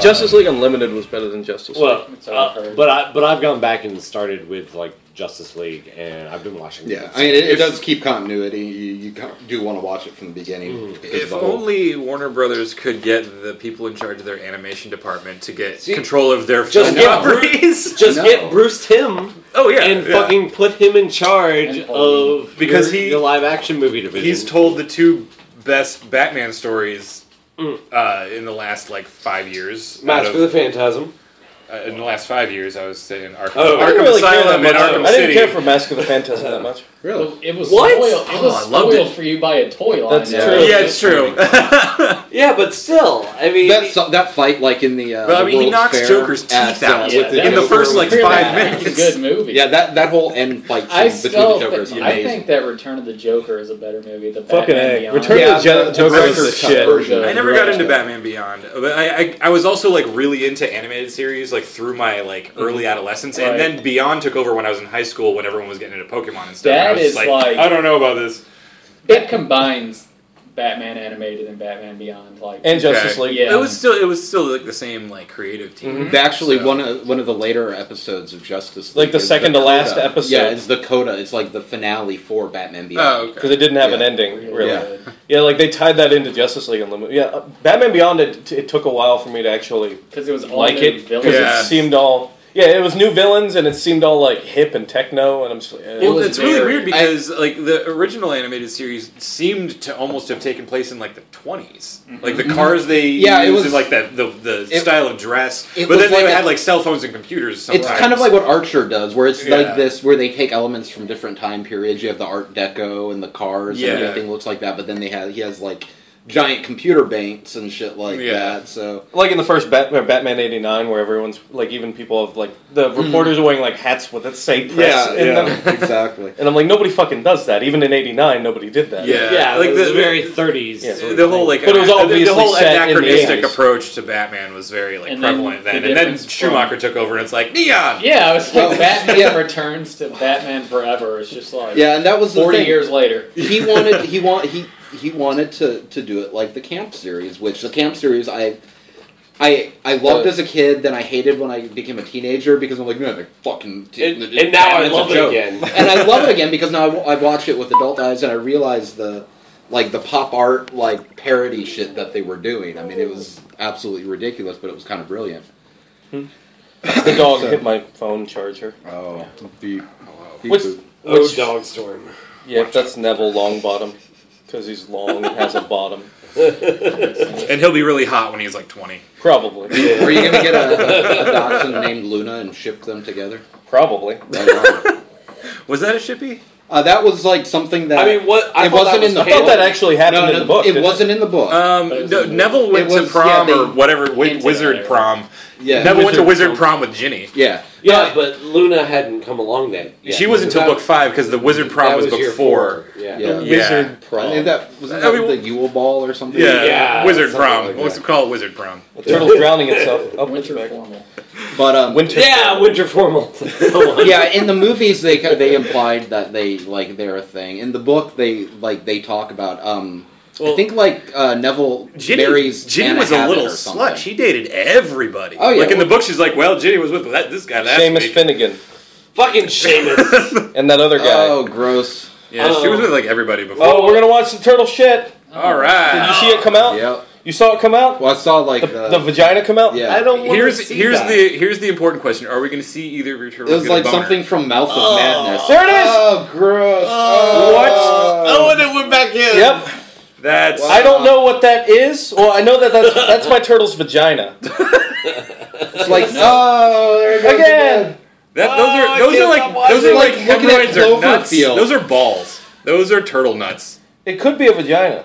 Justice League Unlimited was better than Justice League. Well, It's all uh, hard. but I but I've gone back and started with like Justice League, and I've been watching. Yeah, I mean, it, it does keep continuity. You, you co- do want to watch it from the beginning. because Mm. If the whole- only Warner Brothers could get the people in charge of their animation department to get See, control of their just film get properties. just No. get Bruce Tim oh yeah, and yeah. fucking put him in charge And Pauline. of Because your- he- your live action movie division. he's told the two best Batman stories uh, in the last like five years. out Mask of- of the Phantasm. uh, in the last five years, I was saying Arkham, Oh, I Arkham didn't really care Asylum that and much. Arkham I City. didn't care for Mask of the Phantasm that much. really, It was What? spoiled. It was Oh, I loved spoiled it. for you by a toy line. That's though. true. yeah, it's true. Yeah, but still, I mean, that so- that fight, like in the uh, But, I mean, the he World's knocks Fair Joker's teeth at, uh, out with that in the Joker was- first, like, with- Clear five that. minutes. It's a good movie. Yeah, that that whole end fight I scene between the still Joker is think, I amazing. think that Return of the Joker is a better movie than Fucking Batman egg. Beyond. Return Yeah, of the Jo- the- Joker is the the cut shit. version. I never Right. got into Batman Beyond, but I, I I was also like really into animated series like through my like Mm-hmm. early adolescence, Right. and then Beyond took over when I was in high school when everyone was getting into Pokemon and stuff. That and I was is, like, like- I don't know about this. it combines Batman animated and Batman Beyond. Like, And Justice Okay. League. Yeah. It was still it was still like the same like creative team. Mm-hmm. They Actually, So- one of one of the later episodes of Justice, Like League the is second to last coda. episode. Yeah, it's the coda. It's like the finale for Batman Beyond. Oh, Because okay. it didn't have an Yeah. ending, really. Yeah. Yeah. like they tied that into Justice League Unlimited. Yeah, uh, Batman Beyond, it, it took a while for me to actually because it was all like new it. Because villains. Yeah. it seemed all. Yeah, it was new villains and it seemed all like hip and techno, and I'm just like, eh. Well, was it's really very- weird because like the original animated series seemed to almost have taken place in like the 20s Like the cars they Mm-hmm. Yeah, it used was- and, like the the, the it- style of dress, it but was then they like a- had like cell phones and computers. Sometimes. It's kind of like what Archer does, where it's Yeah. like this, where they take elements from different time periods. You have the Art Deco and the cars, Yeah. and everything looks like that. But then they have he has like giant computer banks and shit like Yeah. that. So like in the first Bat- uh, Batman '89, where everyone's like, even people of like the reporters are wearing like hats with that say press Yeah, in yeah. them, exactly. and I'm like, nobody fucking does that. Even in '89, nobody did that. Yeah. yeah, like like the the- very 30s. Yeah. sort of the thing. whole like But it was ana- the obviously whole set in the anachronistic 80s. approach to Batman was very like And then prevalent the then, and then difference Schumacher took over and it's like Oh, neon. Yeah, I was like Well, Batman yeah. Returns to Batman Forever. It's just like Yeah, and that was the forty thing. years later. he wanted he want he he wanted to to do it like the camp series, which the camp series I. I, I loved Uh, as a kid, then I hated when I became a teenager because I'm like, no, they're fucking. and, and now I Batman's a love it joke." again. and I love it again because now I, I watch it with adult eyes and I realize the like the pop art like parody shit that they were doing. I mean, it was absolutely ridiculous, but it was kind of brilliant. the dog So- hit my phone charger. Oh, beep. Which- Oh, Which- dog storm. Yeah, that's Neville Longbottom, because he's long and has a bottom. And he'll be really hot when he's like twenty. Probably, Are you gonna get a, a, a dachshund named Luna and ship them together? probably. Was that a shippy? Uh, that was like something that I mean, what? I It thought wasn't that was in the I thought canon. that actually No, happened no, in the book. it didn't wasn't in the book. Um, But it was no, a- Neville went was- to prom yeah, they- or whatever wi- Hinted at wizard it. prom. yeah, Neville went to Wizard wizard prom. prom with Ginny. yeah. Yeah, but Luna hadn't come along then. yet. she was until That- book five because the wizard prom That was, year before. four. Yeah. Yeah. Yeah. Wizard I prom. think that was I that mean, the Yule Ball or something. Yeah, Yeah, wizard something prom. like What's that. it called? Wizard prom. The turtle's drowning itself. Oh, Winter back. formal. But um, Winter. Yeah, winter formal. yeah, in the movies they ca- they implied that they like they're a thing. In the book they like they talk about um I Well- think like uh Neville Ginny, marries Ginny Anna was a Abbott little or something. slut. She dated everybody. Oh, yeah, like in the well- book, she's like, "Well, Ginny was with that, this guy last Seamus week." Finnegan Fucking Seamus. and that other guy. Oh, gross. Yeah, she was Oh. with like everybody before. Oh, we're gonna watch the turtle shit. All Did right. you see it come out? Yep. You saw it come out? Well, I saw like uh, The, the, the vagina come out? Yeah. I don't want Here's to see here's that. the here's the important question: Are we going to see either of your turtles? it was get a like boner? something from Mouth of Madness. There it is! Oh, gross. What? oh, and it went back in. Yep. That's Wow. I don't know what that is. Well, I know that that's, that's my turtle's vagina. It's like oh, there it goes Again! that. Those Oh, I are can't those are stop like watching. those are like Like, looking at hemorrhoids are nuts. Cloverfield. Those are balls. Those are turtle nuts. It could be a vagina.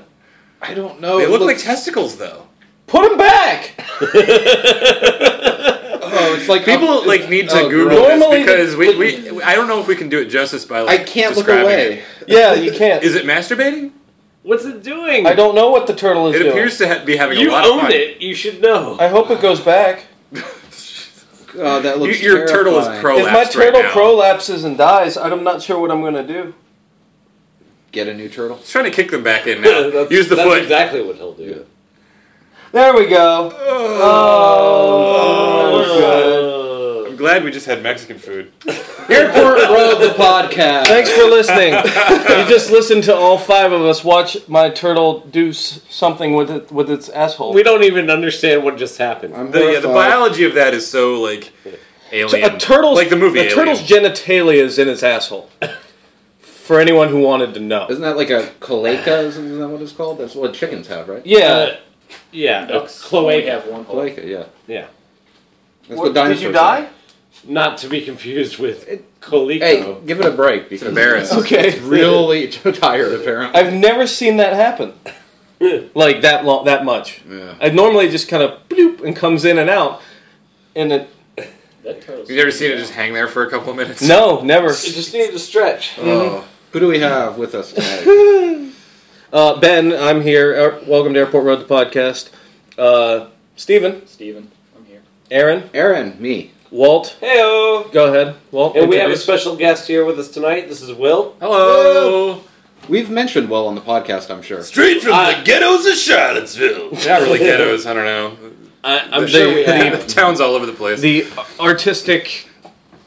I don't know. They it look like looks- testicles, though. Put him back! Oh, it's like People oh, like need to oh, Google gross. Normally this because the- we, we I don't know if we can do it justice by I like can't look describing away. It. Yeah, you can't. Is it masturbating? What's it doing? I don't know what the turtle is It doing. appears to ha- be having You a lot of own fun. it. You should know. I hope it goes back. Oh, that You- looks your turtle is terrifying. If my prolapsed right turtle now. prolapses and dies, I'm not sure what I'm going to do. Get a new turtle. He's trying to kick them back in now. That's- Use the that's foot. exactly what he'll do. There we go. Um, Oh, that was good. I'm glad we just had Mexican food. Airport Road, the podcast. Thanks for listening. you just listened to all five of us watch my turtle do s- something with it, with its asshole. We don't even understand what just happened. I'm The, yeah, the horrified. biology of that is so like alien. a turtle's like the movie. A Alien. turtle's genitalia is in its asshole. For anyone who wanted to know. Isn't that like a cloaca? Isn't that what it's called? That's what chickens have, right? Yeah. Uh, yeah, a Ducks only cloaca. have one hole. Cloaca, yeah. Yeah, That's What- did you dinosaurs die? not to be confused with It- colico. have. Hey, give it a break because embarrassed. okay. It's really tired, apparently. I've never seen that happen. like that long, that much. Yeah. I normally just kind of bloop and comes in and out. And it, That turtle's You've never seen it just hang there for a couple of minutes? no, never. You just needed to stretch. Oh. Who do we have with us tonight? Uh, ben, I'm here. Er, welcome to Airport Road the podcast. Uh, Steven, Steven, I'm here. Aaron, Aaron, me. Walt. Heyo. Go ahead, Walt. and we have a introduce. special guest here with us tonight. This is Will. Hello. We've mentioned well on the podcast, I'm sure. Straight from Uh, the ghettos of Charlottesville. Not really ghettos. I don't know. I, I'm The- sure we the- have. the towns all over the place. the artistic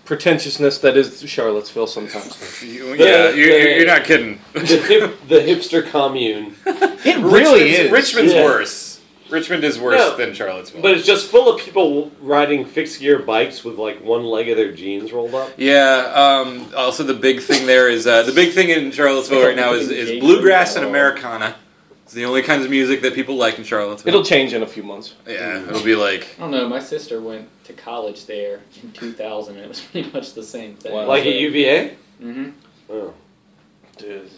pretentiousness that is Charlottesville sometimes. You- yeah, the- you, the- you're not kidding. the, hip, the hipster commune. It Richmond's, Richmond's Yeah. worse. Richmond is worse No, than Charlottesville. But it's just full of people riding fixed gear bikes with like one leg of their jeans rolled up. yeah. Um, also, the big thing there is uh, the big thing in Charlottesville right now is, is bluegrass and Americana. It's the only kinds of music that people like in Charlottesville. It'll change in a few months. yeah, it'll be like I don't know. My sister went to college there in 2000, and it was pretty much the same thing. Wow. Like at UVA? hmm Oh.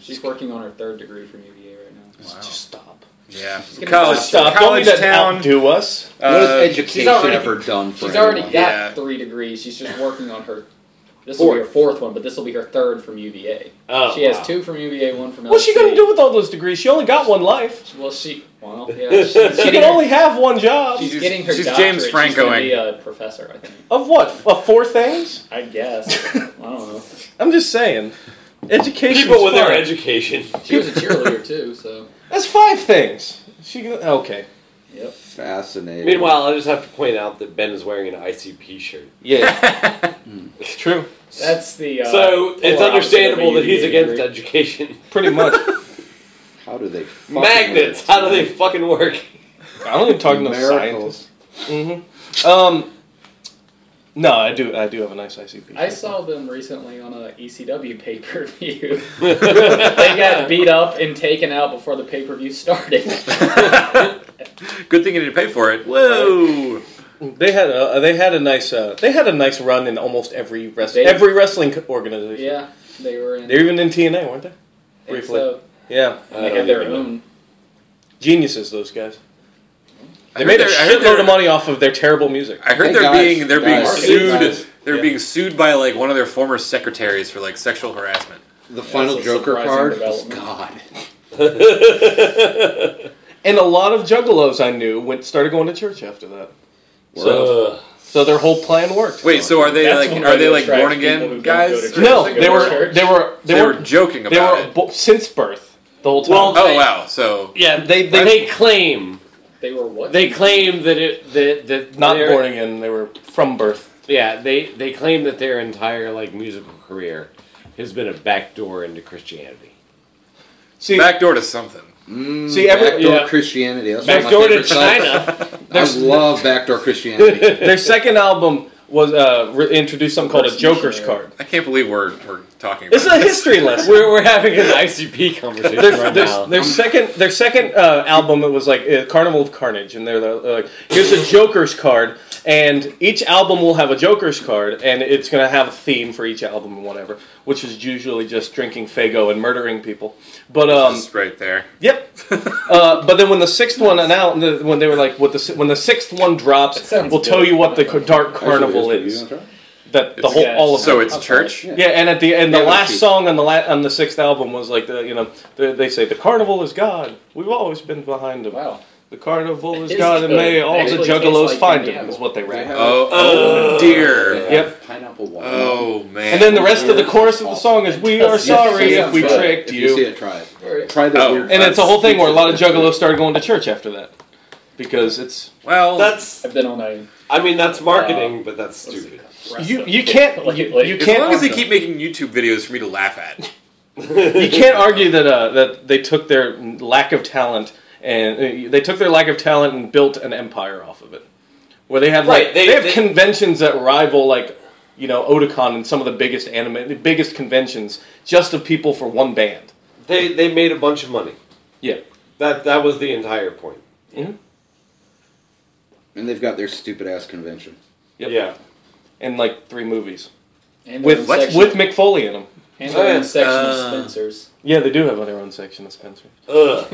She's working on her third degree from UVA right now. Wow. Just stop. yeah, gonna college, Oh, Stop. college Don't town. do us. what has uh, education she's already- ever done for She's already anyone? got Yeah. three degrees. She's just working on her. This will be her fourth one, but this will be her third from UVA. Oh, she has wow. two from UVA, one from. What's she LC. gonna do with all those degrees? She only got one life. Well, she. Well, yeah. She's, she's She getting can her- only have one job. She's, She's- getting her she's doctorate. James She's gonna be Francoing. a professor, I think. Of what? Of four things? I guess. I don't know. I'm just saying. Education. People with their education. She was a cheerleader too, so. That's five things. She can, okay. Yep. Fascinating. Meanwhile, I just have to point out that Ben is wearing an ICP shirt. Yeah. Uh, it's true. That's the. Uh, so it's polar understandable opposite that of he's UVA against degree. education. Pretty much. how do they fucking Magnets, work? how do they fucking work? I don't even talk to no scientists. Miracles. hmm Um. No, I do. I do have a nice ICP. I saw them recently on a E ECW pay per view. they got beat up and taken out before the pay per view started. Good thing you didn't pay for it. Whoa! They had a they had a nice uh, they had a nice run in almost every wrestling They- every wrestling co- organization. yeah, they were in. They're even in TNA, weren't they? and briefly. so- Yeah, I they don't had their even know. own. geniuses those guys. They I heard made a there- I heard shitload there- of money off of their terrible music. I heard Hey, they're guys, being they're being guys, sued. guys. They're Yeah. being sued by like one of their former secretaries for like sexual harassment. The final a Joker surprising card. development. God. And a lot of juggalos I knew went started going to church after that. So so, so their whole plan worked. Wait, so are they That's like one are way they to like attract born people who again don't go to guys? church. no, They they go to were, church? they were they They were were joking they about were it. bo- since birth the whole time. Well, Oh wow! So yeah, they, they, claim They were what? they claim that it that that not their- born again, they were from birth. Yeah, they they claim that their entire like musical career has been a backdoor into Christianity. See, backdoor to something. see every Backdoor yeah. Christianity. That's one of my Backdoor to favorite sites. China. I love backdoor Christianity. their second album was uh, re- introduced something called a First Joker's missionary. card. I can't believe we're we're talking about It's a this. history lesson. we're, we're having an ICP conversation their, right their- now. their second their second uh, album it was like uh, Carnival of Carnage, and they're, they're like, here's a Joker's card, and each album will have a Joker's card, and it's gonna have a theme for each album and whatever, which is usually just drinking Fago and murdering people. But um, It's right there. yep. Uh, but then when the sixth one and out, when they were like, what the si- when the sixth one drops, sounds we'll good. tell you what the co- Dark Carnival Actually, it's is. pretty- That the It's- whole yeah. all of So it. it's Okay. church. Yeah. Yeah, and at the and the Yeah, last cheap. song on the la- on the sixth album was like the you know the, they say the carnival is God. We've always been behind him. Wow. The carnival is It is God, and good. may all It the actually juggalos tastes like find Indiana. him. Is what they They rap. have- Oh, oh dear. they have Yep. Pineapple wine. Oh man. And then the rest of the chorus of the song is "We are Yes, yes, sorry yes, if we Try it. tricked If you see you." it, try it. Alright. Try the Oh. weird- And it's a whole thing where a lot of juggalos started going to church after that. because it's Well, That's. I've been on a. I mean, that's marketing, but that's stupid. you you can't you, you as can't long as they argue- keep making YouTube videos for me to laugh at. you can't argue that uh, that they took their lack of talent and uh, they took their lack of talent and built an empire off of it, where they have like Right, they- they, have they- conventions that rival like you know Otakon and some of the biggest anime the biggest conventions just of people for one band. They they made a bunch of money. Yeah, That that was the entire point. And they've got their stupid ass convention. Yep. Yeah. and like three movies And with their own section, with Mick Foley in them. and their own Uh, section of uh, Spencers. Yeah, they do have their own section of Spencer. Ugh.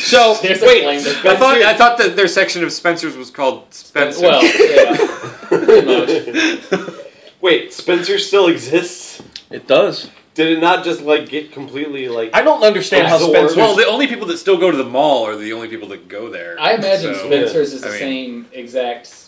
So There's a wait, claim to I thought I thought that their section of Spencer's was called Spencer. Well, yeah. pretty much. Wait, Spencer still exists? It does. Did it not just like get completely like? I don't understand how Absorb. Spencer. Well, the only people that still go to the mall are the only people that go there. I imagine So, Spencers is the I mean- same exact.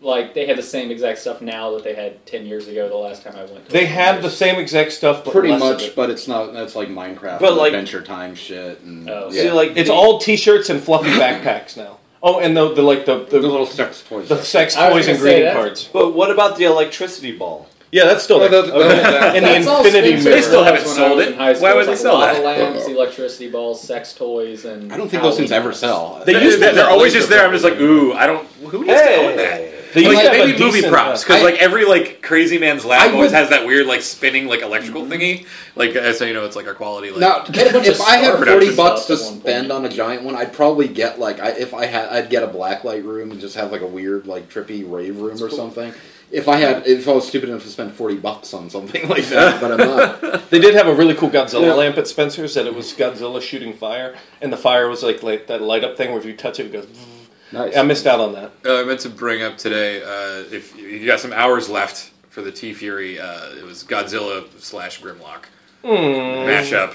Like they have the same exact stuff now that they had ten years ago. The last time I went, to they one. have the same exact stuff, but Pretty less of much, it. but it's not. That's like Minecraft, But, and like- Adventure Time shit, and Oh. yeah. See, like It's the- all T-shirts and fluffy backpacks now. Oh, and the, the like the the the, little sex toys. the sex I toys was gonna and say greeting that's- cards. But what about the electricity ball? Yeah, that's still Oh, there. the- the- And the That's all infinity Spencer's mirror. They still was haven't when I sold was it. in high Why school. would It was they like sell lava that? lamps, electricity balls, sex toys, and I don't think those things Halloween. ever sell. They used to They, have are always laser just there. I'm just like, focus. ooh, I don't. Who needs to own that? Hey. They used like, to have maybe a movie decent, props uh, because I- like every like crazy man's I lab always would- has that weird like spinning like electrical Mm-hmm. thingy. Like uh, so you know it's like our quality. Like, Now, They had a bunch if of I had Star forty Production bucks to stuff at one spend point. on a giant one, I'd probably get like I, if I had, I'd get a blacklight room and just have like a weird, like trippy rave room or something. If I had, if I was stupid enough to spend forty bucks on something like that, but I'm not. They did have a really cool Godzilla Yeah. lamp at Spencer's that it was Godzilla shooting fire, and the fire was like, like that light up thing where if you touch it, it goes. vzz. Nice. I missed out on that. Uh, I meant to bring up today. Uh, if you got some hours left for the T Fury, uh, it was Godzilla slash Grimlock Mm. Hmm. mashup.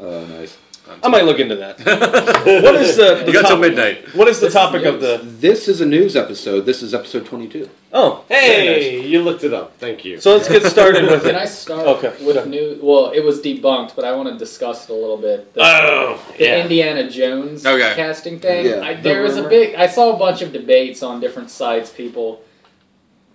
Oh, nice. I might look into that. what is the, the You got till top- midnight. What is the This is topic of news. the? This is a news episode. This is episode twenty-two. Oh, very nice. Hey, you looked it up. Thank you. So let's get started with Can I it. start Okay. with new? Well, it was debunked, but I want to discuss it a little bit. The, Oh. the yeah. Indiana Jones Okay. casting thing. Yeah. I, The there was a rumor. big. I saw a bunch of debates on different sites. People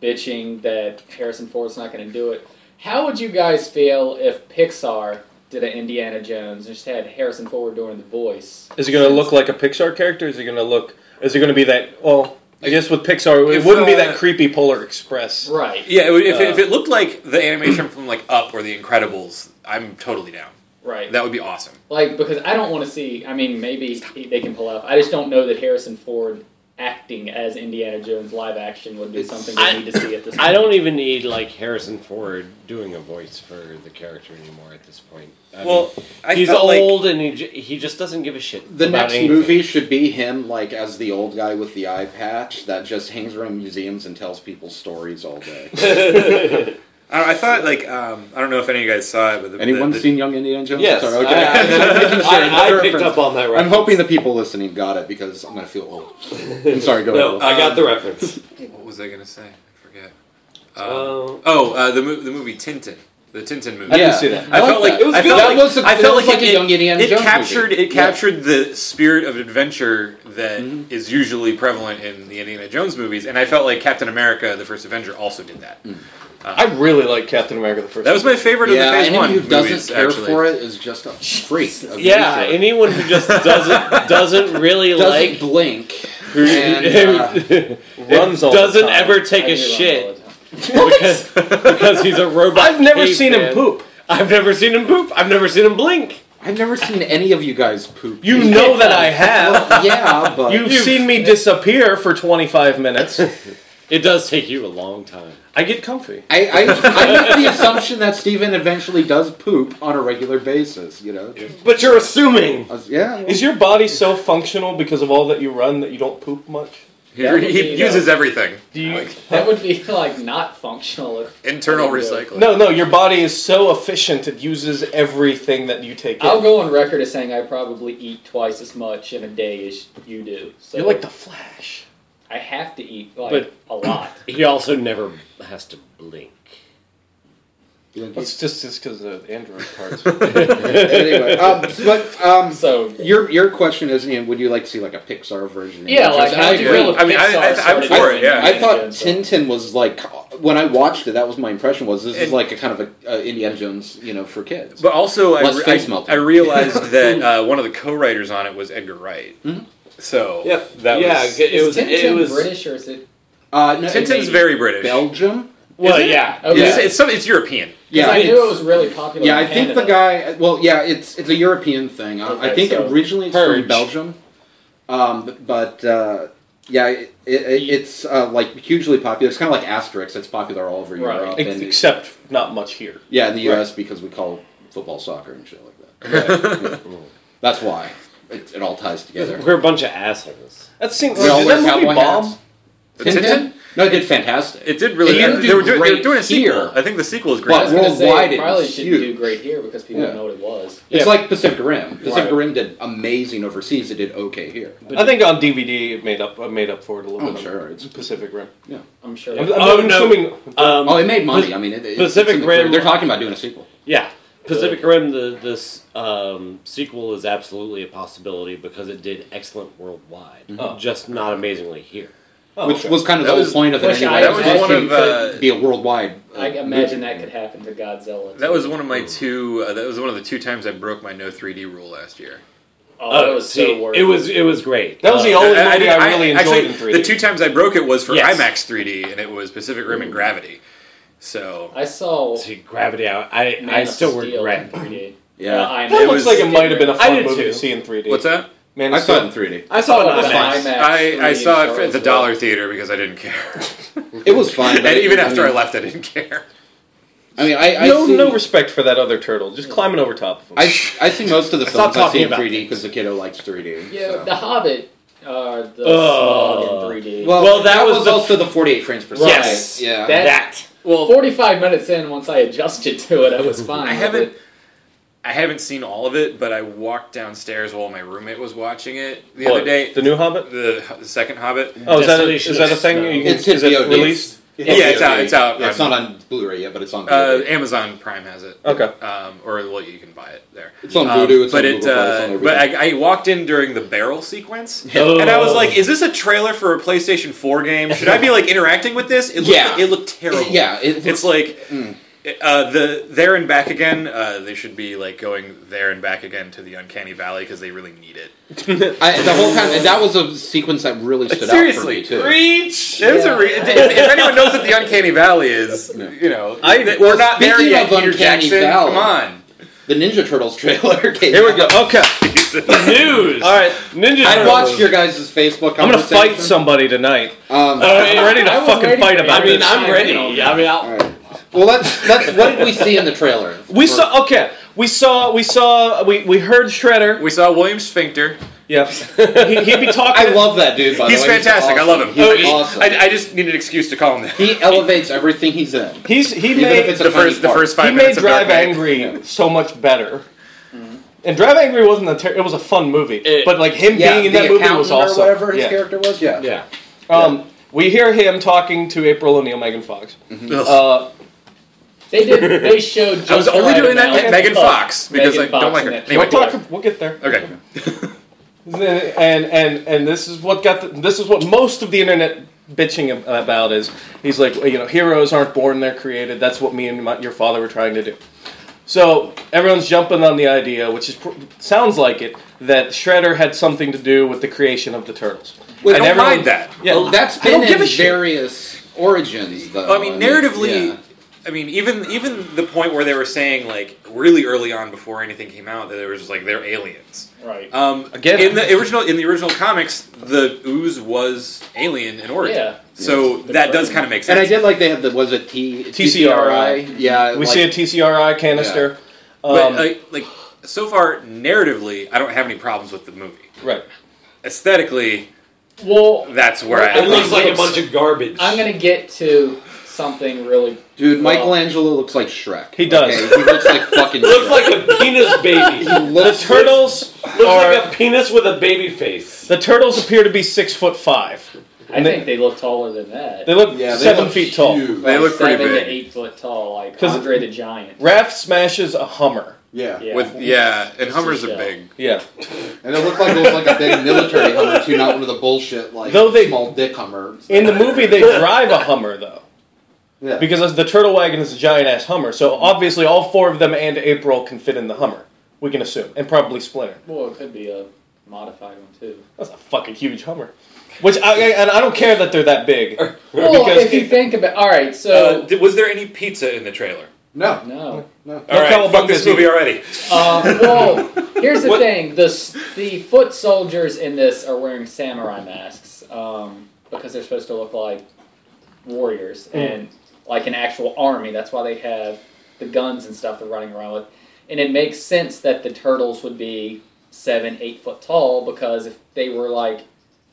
bitching that Harrison Ford's not going to do it. How would you guys feel if Pixar did an Indiana Jones and just had Harrison Ford doing the voice? Is it going to look like a Pixar character? Is it going to look? Is it going to be that? Well, I guess with Pixar, it If, wouldn't be uh, that creepy Polar Express. Right. Yeah, it would- if, it- Uh, if it looked like the animation from like Up or The Incredibles, I'm totally down. Right. That would be awesome. Like because I don't want to see. I mean, maybe he, they can pull off. I just don't know that Harrison Ford acting as Indiana Jones live action would be It's- something we I- need to see at this. I point. don't even need like Harrison Ford doing a voice for the character anymore at this point. I Well, I mean, he's felt like- old and he, j- he just doesn't give a shit. The about next anything. movie should be him, like as the old guy with the eye patch that just hangs around museums and tells people stories all day. I, don't- I thought like um, I don't know if any of you guys saw it, but the, Anyone the, the, seen Young Indiana Jones? yes. Sorry, I, I- okay. I- I picked up on that. Reference. I'm hoping the people listening got it because I'm gonna feel old. I'm sorry, go No, ahead. I got the reference. what was I gonna say? I forget. Uh, Um, oh, uh, the mo- the movie Tintin, the Tintin movie. I didn't see that. I felt like it was I good. felt That like, was a- I that felt was like, like it, a young Indiana it Jones captured movie. it Yeah. Mm-hmm. captured the spirit of adventure that is usually prevalent in the Indiana Jones movies, and I felt like Captain America: The First Avenger also did that. I really like Captain America the first. That was my favorite Mm-hmm. yeah, of the Phase anyone One who doesn't movies. care actually, for it is just a freak. a Yeah, loser. anyone who just doesn't doesn't really doesn't like blink. and, uh, one. runs all the doesn't time. ever take I a do love all shit the time. because, because he's a robot. I've never seen him caveman. poop. I've never seen him poop. I've never seen him blink. I've never seen any of you guys poop. You know that I have. Well, yeah, but You've seen me disappear for 25 minutes. It does take you a long time. I get comfy. I, I, I make the assumption that Steven eventually does poop on a regular basis. You know, But you're assuming. I was- yeah. Is your body so functional because of all that you run that you don't poop much? He, That would he be, uh, uses everything. Do you? That would be like not functional. If, Internal Yeah. recycling. No, no. Your body is so efficient; it uses everything that you take in. I'll go on record as saying I probably eat twice as much in a day as you do. So You're like the Flash. I have to eat like But- a lot. He also never has to blink. It's just just because of Android parts. anyway, um, but um, So your your question is, Ian, would you like to see like a Pixar version? yeah, like I, how do you agree. feel if I mean, I- Pixar I- I'm started for it, doing yeah. Indiana I thought Jones? Tintin was like when I watched it, that was my impression. Was this is And- like a kind of a uh, Indiana Jones, you know, for kids? But also, I, Less re- face I, melting. I realized that uh, one of the co-writers on it was Edgar Wright. Mhm. So Yep. that yeah, was it Is was. Tintin it was. British or is it? uh, no, Tintin's it- very British. Belgium. Well, Isn't it? yeah. Okay. It's, it's, some, it's European. Yeah, I Yeah, knew it was really popular. yeah. in I think the Canada. guy. Well, yeah, it's it's a European thing. I- I Okay, think so- originally it's Purge. from Belgium, um, but uh, yeah, it, it, it's uh, like hugely popular. It's kind of like Asterix. It's popular all over Right. Europe. Ex- and it- Except not much here. Yeah, in the U.S. because we call football soccer and shit like that. That's why it, it all ties together. We're a bunch of assholes. That seems. We all Did wear that movie cowboy bomb? hats. Tintin? No, it did fantastic. It did really. It didn't they, do were doing, they were great doing a sequel. here. I think the sequel is I great. was But- gonna say, Worldwide, it probably was should huge. do great here because people Yeah. don't know what it was. Yeah. It's like Pacific Rim. Pacific Right. Rim did amazing overseas. It did okay here. I think on DVD it made up uh, made up for it a little Oh, bit. sure, it's- Pacific Rim. I'm sure. I'm, Oh, I'm no. assuming Um, Oh, it made money. I mean, it, it, Pacific it's- Rim- They're talking about doing a sequel. Yeah, Pacific Rim. The this um, sequel is absolutely a possibility because it did excellent worldwide, Oh. just not amazingly here. oh, which okay. was kind of That the was- whole point of it. which Anyway. I That was imagine one of could be a worldwide. uh, I imagine movie. that could happen to Godzilla. too. That was one of my two. Uh, that was one of the two times I broke my no 3D rule last year. Oh, that Uh, was see, so worth it was it was great. That was the Uh, only movie I, did- really enjoyed actually, in 3D. The two times I broke it was for Yes. IMAX 3D, and it was Pacific Rim and Gravity. So I saw see, Gravity. I I, Man I of still Steel in regret. 3D. Yeah, I that It looks was- like it might have been a I fun did movie to too. see in 3D. what's that? Man, I of saw it Steel. in 3D. I saw it on was IMAX. IMAX I, I 3D saw it Star at the Wars. dollar theater because I didn't care, It was fun. and even after I left, I didn't care. I mean, I, I no, see, no respect for that other turtle. Just climbing over top of him. I, I see most of the Stop films I talking see in about 3D because the kiddo likes 3D. Yeah, so. The Hobbit, uh, the Oh. slug in 3D. Well, Well, that that, was was, the- also the 48 frames per second. Yes. Yeah. That- Well, 45 minutes in, once I adjusted to it, I was fine. I with haven't. it. I haven't seen all of it, but I walked downstairs while my roommate was watching it the What, other day. the new Hobbit. The, the second Hobbit. Oh, is that a, Desolation is that a of thing? Snow. You can- it's his is it VOD. released? Yeah, it's out- VOD. it's out Yeah, it's on- not on Blu-ray yet, but it's on. Uh, VOD. Amazon Prime has it. Okay. Um, or well, you can buy it there. It's on Um, Vudu, it's but on it, Google Play, it's on uh, everything. but I, I walked in during the barrel sequence, Oh. and I was like, "Is this a trailer for a PlayStation Four game? Should I be like interacting with this?" It looked, Yeah. it looked terrible. It- yeah, it, it's like Mm. uh, the there and back again. Uh, they should be like going there and back again to the uncanny valley because they really need it. I, the whole time. That was a sequence that really stood Seriously, out for me too. reach. It was a re- Yeah. if, if anyone knows what the uncanny valley is, Yeah. you know, I- th- we're not there speaking yet. of Peter uncanny Jackson, valley. come on. The Ninja Turtles trailer came. Here we out. go. Okay. News. All right. Ninja. I Turtles. watched your guys' Facebook. I'm gonna fight Uh, conversation. somebody tonight. Um, I'm ready to I was fucking waiting fight for you. about I mean, this. I'm ready. All I mean, I'll, all right. Well, let's let's. What did we see in the trailer? we saw. Okay. We saw. We saw. We we heard Shredder. We saw William Sphincter. Yeah. he, he'd be talking. I love that dude. By He's the way, fantastic. I awesome. love him. He's I mean, awesome. I, I just need an excuse to call him that. he elevates everything he's in. He's he Even made if it's a the funny first, the part. first five he made minutes of Drive Dark Knight. Angry so much better. Mm-hmm. And Drive Angry wasn't a ter- it was a fun movie, It- but like him yeah, being in the that movie accountant was awesome. or whatever his yeah. character was. Yeah. Mm-hmm. yeah. Um, we hear him talking to April O'Neil, Megan Fox. Ugh. Uh, They did. They showed. Just I was only the right doing that amount with of Uh, Megan fuck. Fox because Megan I don't Fox like in her. that Anyway, we'll trailer. talk. We'll get there. okay. And and and this is what got the, this is what most of the internet bitching ab- about is. He's like, well, you know, heroes aren't born; they're created. That's what me and my, your father were trying to do. So everyone's jumping on the idea, which is pr- sounds like it that Shredder had something to do with the creation of the turtles. Wait, I And don't everyone- mind that. Yeah, Well, that's I been don't in give a shit. various origins, though. I mean, narratively, I mean, even even the point where they were saying like really early on before anything came out that there was just like they're aliens. Right. Um, Again. in the original in the original comics, the ooze was alien in origin. Yeah. So Yes. that does kind of make sense. and I did like they had the was it T TCRI? TCRI? Yeah, we like, see a TCRI canister. But Um, like, like so far, narratively, I don't have any problems with the movie. right. Aesthetically, Well, that's where I. It looks like a looks- bunch of garbage. I'm gonna get to something really. Dude, Well- Michelangelo looks like Shrek. He does. Okay? He looks like fucking. looks Shrek. like a penis baby. he The looks turtles Looks are like a penis with a baby face. the turtles appear to be six foot five. I think they look taller than that. They look Yeah, they seven look feet tall. huge. They Like look pretty seven big. to eight foot tall, like 'Cause- Andre the Giant. Raph smashes a Hummer. Yeah. Yeah. With yeah, and Just Hummers a are shell. big. Yeah, And it looked like it was like a big military hummer too, not one of the bullshit like Though they- small dick hummers. in the movie they drive a Hummer though, Yeah. because the turtle wagon is a giant ass Hummer. So obviously all four of them and April can fit in the Hummer. We can assume, and probably Splinter. Well, it could be a modified one too. That's a fucking huge Hummer. Which I, I and I don't care that they're that big. Well, Because if you think about, all right, Uh, so did- was there any pizza in the trailer? No. no. All right, Cowabunga fuck this City. movie already. Uh, well, here's the What- thing: the s- the foot soldiers in this are wearing samurai masks um, because they're supposed to look like warriors Hmm. and like an actual army. That's why they have the guns and stuff they're running around with. And it makes sense that the turtles would be seven, eight foot tall because if they were like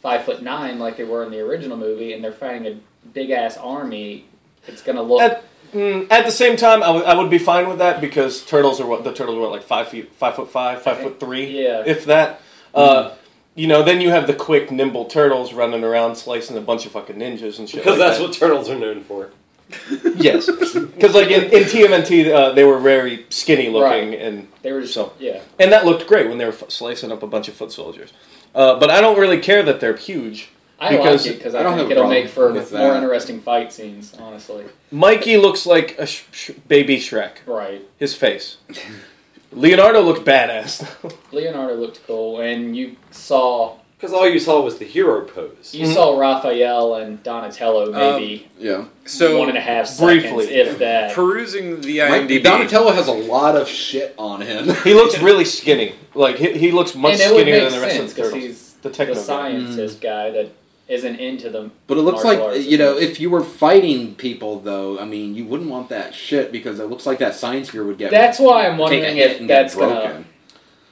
five foot nine, like they were in the original movie, and they're fighting a big ass army, it's gonna look. That- Mm, at the same time, I would- I would be fine with that because turtles are what the turtles were like five feet, five foot five, five foot three, Yeah. if that. Uh, Mm-hmm. you know, then you have the quick, nimble turtles running around slicing a bunch of fucking ninjas and shit. Because like that's that. what turtles are known for. Yes, because like in, in TMNT, uh, they were very skinny looking, and they were just so- yeah. and that looked great when they were f- slicing up a bunch of foot soldiers. Uh, but I don't really care that they're huge. I Because- like it because I I, don't have think a it'll problem make for more with that. interesting fight scenes. Honestly, Mikey looks like a sh- sh- baby Shrek. right? His face. Leonardo looked badass. Leonardo looked cool, and you saw Because all you saw was the hero pose. Mm-hmm. you saw Raphael and Donatello maybe Yeah. So one and a half seconds, Um, briefly. if that. perusing the Mike, IMDb. Donatello has a lot of shit on him. He looks really skinny. Like he, he looks much and it would skinnier than the make rest sense of the because turtles. he's the techno the guy. Mm. scientist guy that isn't into them. But it looks Martial like arts. you know, if you were fighting people though, I mean, you wouldn't want that shit because it looks like that science gear would get. That's why I'm take a wondering hit if and get that's gonna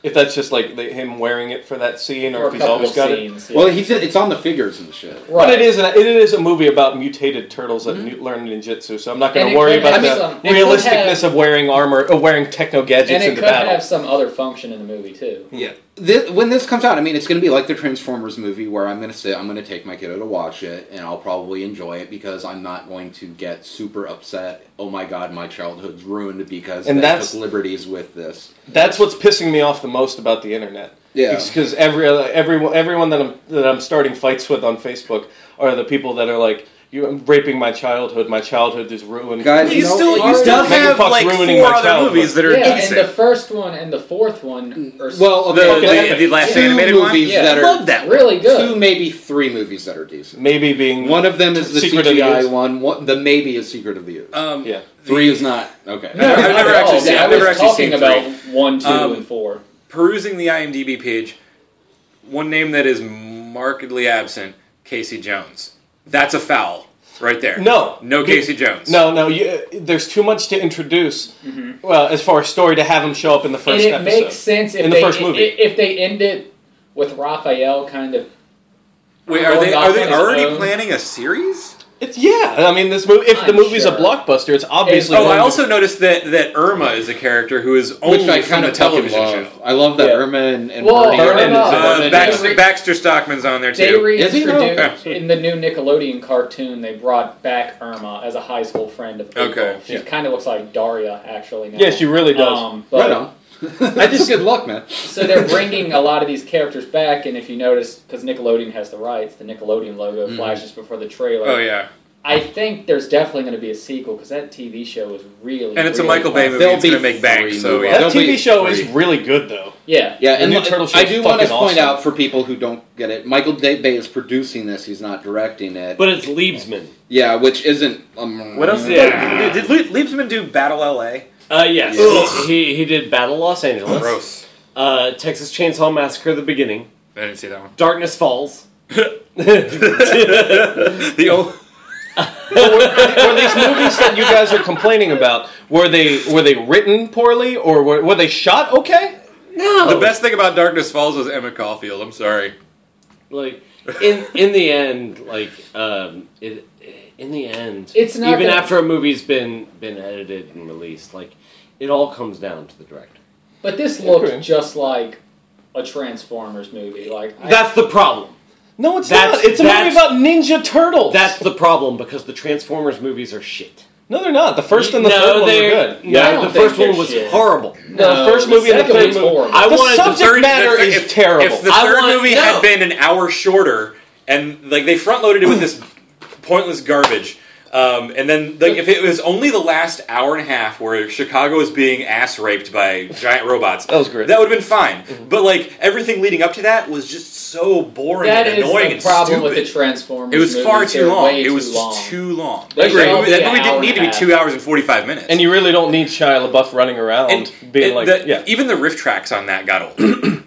If that's just like the, him wearing it for that scene, or for if a he's couple always got it. scenes. yeah. Well, he's it's on the figures and shit. But right. it Mm-hmm. is an, it is a movie about mutated turtles that nu- learn ninjutsu, so I'm not going And to it worry could about have the some- it could realisticness have- of wearing armor, of wearing techno and gadgets it into could battle. have some other function in the movie too. Thi- when this comes out, I mean, it's going to be like the Transformers movie where I'm going to sit, I'm going to take my kiddo to watch it, and I'll probably enjoy it because I'm not going to get super upset. Oh my god, my childhood's ruined because And they that's- took liberties with this. That's what's pissing me off the most about the internet. Yeah. because every everyone everyone that I'm that I'm starting fights with on Facebook are the people that are like. You I'm raping my childhood. My childhood is ruined. Guys, You you know, still, you Mario- still have Megafuck's like ruining four my other childhood. movies that are yeah, decent. and the first one and the fourth one are s- well, the, okay, okay, the- the last two animated movies one. Yeah. that are Love that one. really good. two, maybe three movies that are decent. Maybe being One of them is the Secret of the CGI Ooze. one. one. The maybe is Secret of the Ooze. Um, Yeah. three is not okay. No, I've never at actually all. seen- I I've was never actually talking seen about one, two, Um, and four. Perusing the IMDb page, one name that is markedly absent: Casey Jones. That's a foul right there. No. no Casey Jones. No, no. You, there's too much to introduce. mm-hmm. Well, as far as story, to have him show up in the first and it episode. makes sense if In the they first movie. i- if they end it with Raphael kind of. Wait, are Going they off are they on his already own. planning a series? It's, yeah, I mean, this movie. If the I'm movie's a sure. blockbuster, it's obviously. Oh, going I to- also noticed that that Irma is a character who is only Which I Oh, from kind the of fucking television love. show. I love that Yeah. Irma and, and Well, Bernie are- Vernon is- Uh, Vernon Baxter, is- Baxter Stockman's on there They too. Is he? Oh, reintroduced okay. in the new Nickelodeon cartoon. They brought back Irma as a high school friend of April. Okay. She Yeah. kind of looks like Daria actually. Now. Yeah, she really does. Um, but, Right on. I just good luck, man. so they're bringing a lot of these characters back, and if you notice, because Nickelodeon has the rights, the Nickelodeon logo Mhm. flashes before the trailer. Mm-hmm. Oh yeah, I think there's definitely going to be a sequel because that TV show was really and it's a really Michael Bay fun. movie. They'll It's gonna be make bank. free So movie. yeah. that They'll TV be show is free. really good though. Yeah, Yeah, The and new look, Turtle I show's do want to fucking point awesome. out for people who don't get it, Michael Day Bay is producing this. He's not directing it. But it's Liebsman. yeah, which isn't. Um, What else mm, did- Yeah. Did, did Le- Liebsman do Battle L.A.? Uh, yes. Ugh. He, he did Battle Los Angeles. Uh, Texas Chainsaw Massacre, The Beginning. I didn't see that one. Darkness Falls. the old were these movies that you guys are complaining about were they were they written poorly or were, were they shot okay? No. the best thing about Darkness Falls was Emma Caulfield. I'm sorry. Like, in, in the end, like, um, it, in the end, It's not even gonna- after a movie's been, been edited and released, like, it all comes down to the director. But this looked Okay. just like a Transformers movie. Like I, That's the problem. No, it's That's- not. It's a movie that's- about Ninja Turtles. That's the problem because the Transformers movies are shit. no, they're not. The first and the No, third one were they're- good. I Yeah, don't the think first one they're was shit. horrible. the first movie and the second third one's movie. horrible. I the wanted the subject matter third- is if, terrible. If the I third want- movie no. had been an hour shorter, and like they front loaded it with this pointless garbage, um, and then like if it was only the last hour and a half where Chicago is being ass raped by giant robots, That was great. Mm-hmm. That would have been fine. But like everything leading up to that was just so boring That and is annoying the and problem stupid. with the Transformers. it was far movies. too They're long. way It was too just long. too long. They That should movie- all be that an movie hour didn't need and to a be half. two hours and forty five minutes. and you really don't need Shia LaBeouf running around being it- like, the- yeah. even the riff tracks on that got old.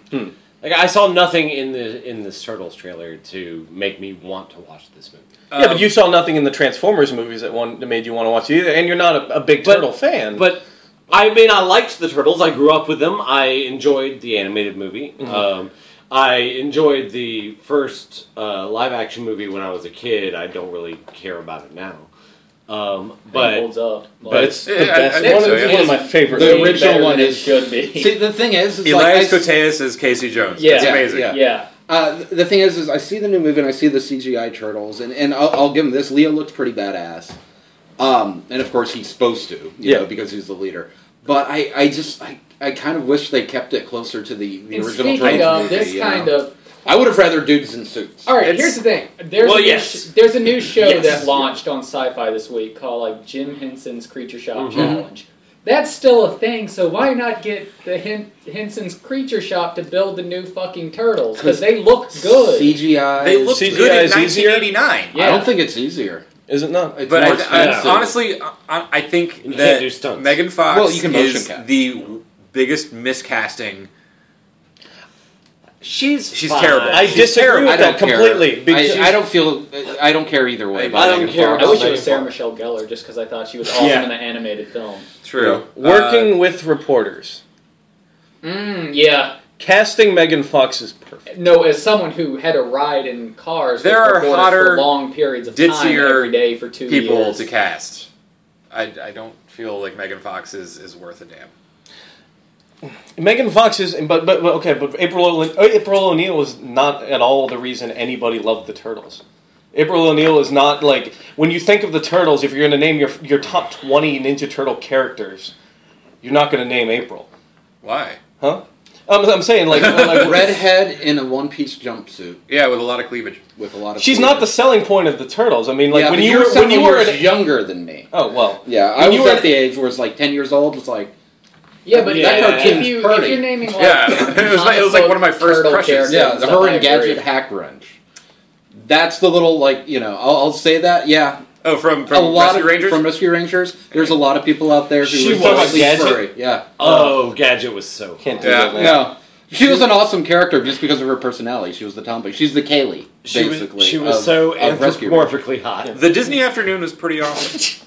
Like I saw nothing in the in this Turtles trailer to make me want to watch this movie. yeah, um, but you saw nothing in the Transformers movies that, one, that made you want to watch it either, and you're not a, a big But- turtle fan. But I mean, I liked the Turtles. I grew up with them. I enjoyed the animated movie. Um, I enjoyed the first uh, live action movie when I was a kid. I don't really care about it now. Um, It but holds up. but it's the Yeah, I- I best. think one, so, of, yeah. one of my favorite. The way movies. original better one than it is- should be. See, the thing is, is Elias like, I- Koteas as Casey Jones. Yeah. That's Yeah, amazing. yeah. yeah, Uh, the thing is, is I see the new movie and I see the CGI turtles, and, and I'll, I'll give him this. Leo looked pretty badass, um, and of course he's supposed to, you Yeah. know, because he's the leader. But I, I just, I, I kind of wish they kept it closer to the, the And original speaking turtles of movie. this you kind know. of I would have rather dudes in suits. All right, It's- here's the thing. There's Well, a new yes. sh- there's a new show Yes. that launched on Sci-Fi this week called like Jim Henson's Creature Shop Mhm. Challenge. That's still a thing, so why not get the Hen- Henson's Creature Shop to build the new fucking turtles because they look good. CGI. They looked CGI good in is easier. 1989. Yeah. I don't think it's easier. Is it not? It's But I, more th- I, expensive. honestly, I, I think You can't that do stunts. Megan Fox Well, you can motion is cap. the biggest miscasting. she's She's fine. terrible. I She's disagree terrible. with I don't that care. completely. because- I, I don't feel. I don't care either way. about I don't Megan care Fox. I wish it was Megan Sarah Fox. Michelle Gellar just because I thought she was awesome Yeah. in an animated film. True. Working with reporters. Mm, yeah. Casting Megan Fox is perfect. No, as someone who had a ride in cars, with There are reporters hotter, for long periods of time ditzier every day for two uh, people years. to cast. I, I don't feel like Megan Fox is, is worth a damn. Megan Fox is, but but, but okay, but April O'Neil, April O'Neil was not at all the reason anybody loved the Turtles. April O'Neil is not like when you think of the Turtles. If you're going to name your your top twenty Ninja Turtle characters, you're not going to name April, Why? huh? I'm, I'm saying like, like redhead in a one-piece jumpsuit Yeah, with a lot of cleavage. with a lot of. She's not the cleavage. selling point of the Turtles. I mean, like yeah, when but you you're were when someone you who were was an, younger than me. oh well, Yeah, I When was you were at an- the age where it's like ten years old. It's like Yeah, but Yeah. if- That if, you, cartoon's if pretty. you're naming like Yeah, it was like- it was like one of my first turtle crushes. characters yeah, and the stuff, her I and agree. gadget hack wrench. That's the little like you know. I'll, I'll say that. Yeah, Oh, from, a from lot Rescue of Rangers? from Rescue Rangers. There's a lot of people out there who She are was a totally gadget? furry. Yeah, Oh, Gadget was so. can't do Yeah. that. man. no. She was an awesome character just because of her personality. She was the tomboy. She's the Kaylee, She was, basically. she was of- so of Rescue Rangers. anthropomorphically hot. The Disney afternoon was pretty awesome.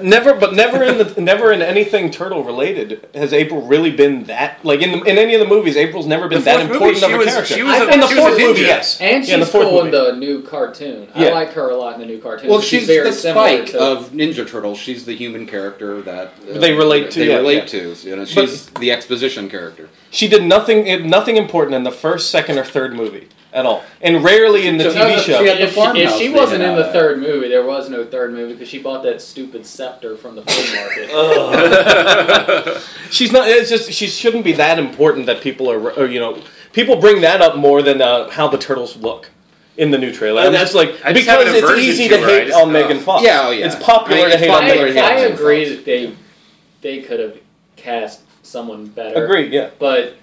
Never, but never in the never in anything turtle related has April really been that like in the, in any of the movies. April's never been The that fourth important of movie, she a was- character. she was I- a- in the she was a fourth movie, ninja. yes, And yeah, she's in the fourth cool movie. in the new cartoon. I Yeah. like her a lot in the new cartoon. Well, she's, she's, very the similar Spike to, of Ninja Turtles. She's the human character that uh, They relate to, They yeah, relate yeah. to. You know, But- she's the exposition character. She did nothing eh, nothing important in the first, second, or third movie at all, and rarely in the So- TV No, show. she had the If, she- if farmhouse she they wasn't had in the out. third movie, there was no third movie because she bought that stupid scepter from the flea market. She's not. It's just she shouldn't be that important that people are. Or, you know, people bring that up more than uh, how the turtles look in the new trailer, and that's like I just have because an it's aversion easy to to her, I hate just- on oh. Megan Fox. Yeah, oh, yeah. It's popular I mean, to it's hate on popular Megan I, to Fox. I hate. agree that they they could have cast someone better. Agreed. Yeah. But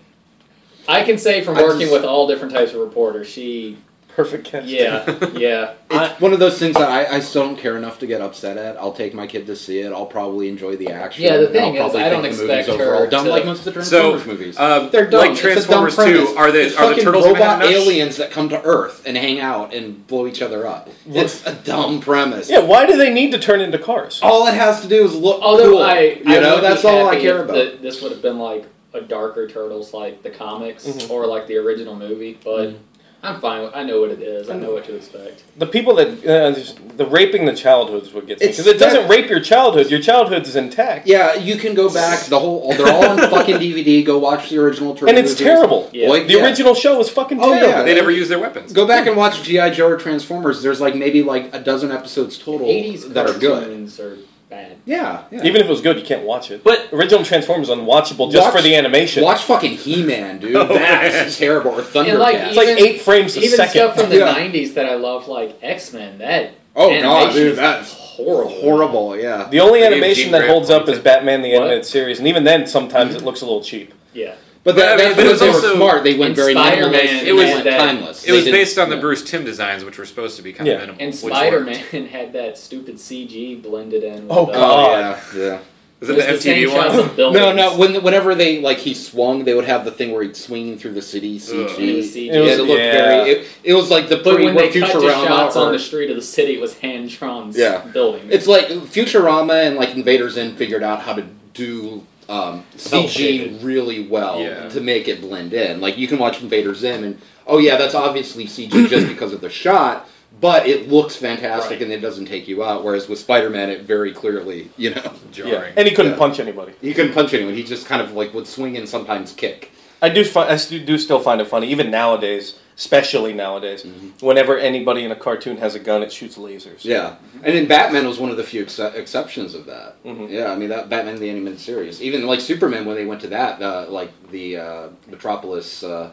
I can say from I working just- with all different types of reporters, she Perfect cast. yeah yeah. It's one of those things that I, I still don't care enough to get upset at. I'll take my kid to see it. I'll probably enjoy the action. Yeah, the and thing I'll is, probably I don't think the expect movie's her overall dumb to- like most of the Transformers So, movies. um, They're dumb. like It's It's a dumb Transformers 2, premise. are the, It's are the fucking turtles gonna have robot nuts? aliens that come to Earth and hang out and blow each other up? It's a dumb premise. Yeah. Why do they need to turn into cars? All it has to do is look Although cool. I, you I know, would that's be all I happy care if about. the- this Mm-hmm. would have been like a darker Turtles, like the comics Mhm. or like the original movie, but I'm fine. With, I know what it is. I know Mm-hmm. what to expect. The people that uh, just- the raping the childhoods what gets It's because it doesn't that- rape your childhood. Your childhood is intact. Yeah, you can go back. The whole they're all on fucking DVD. Go watch the original. Turtle and it's movies. terrible. Yeah. Like, The original show was fucking Oh, yeah. terrible. They never use their weapons. Go back and watch GI Joe or Transformers. There's like maybe like a dozen episodes total 80s that are good. cartoons are bad. Yeah, yeah. Even if it was good, you can't watch it. But- original Transformers unwatchable just Watch- for the animation. watch fucking He Man, dude. Oh. That's terrible. Or Thundercats. And, like, it's like even- eight frames a Even second. stuff from the Yeah. '90s that I love, like X Men. That oh god, animation dude, is that's horrible. horrible. Yeah. the only They gave animation Gene that Grant holds up is points. Batman the What? Animated Series, and even then, sometimes it looks a little cheap. Yeah. But, But, I that, mean, that's but it because was they also- were smart. They went And very Spider-Man minimalist. It was- they went that- timeless. It was They didn't- based on the yeah. Bruce Tim designs, which were supposed to be kind Yeah. of minimal. And which Spider worked. Man had that stupid CG blended in. With Oh, the, God. Oh yeah, yeah. Is it the same MTV shots one? of buildings. No, no. When whenever they like he swung, they would have the thing where he'd swing through the city CG. Ugh. It was CG. Yeah, it looked Yeah. very. It, it was like the But pre when they Futurama. cut to shots on or- the street of the city, it was hand drawn Yeah. buildings. it's like Futurama and like Invader Zim figured out how to do um, CG Self-shaded. really well Yeah. to make it blend in. Like you can watch Invader Zim and oh yeah, that's obviously CG just because of the shot. But it looks fantastic Right. and it doesn't take you out. Whereas with Spider-Man, it very clearly, you know, Yeah. Jarring. And he couldn't Yeah. punch anybody. he couldn't punch anyone. He just kind of like would swing and sometimes kick. I do, fi- I stu- do still find it funny, even nowadays, especially nowadays. Whenever anybody in a cartoon has a gun, it shoots lasers. Yeah, and then Batman was one of the few exce- exceptions of that. Mhm. Yeah, I mean that Batman the animated series, even like Superman when they went to that, uh, like the uh, Metropolis uh,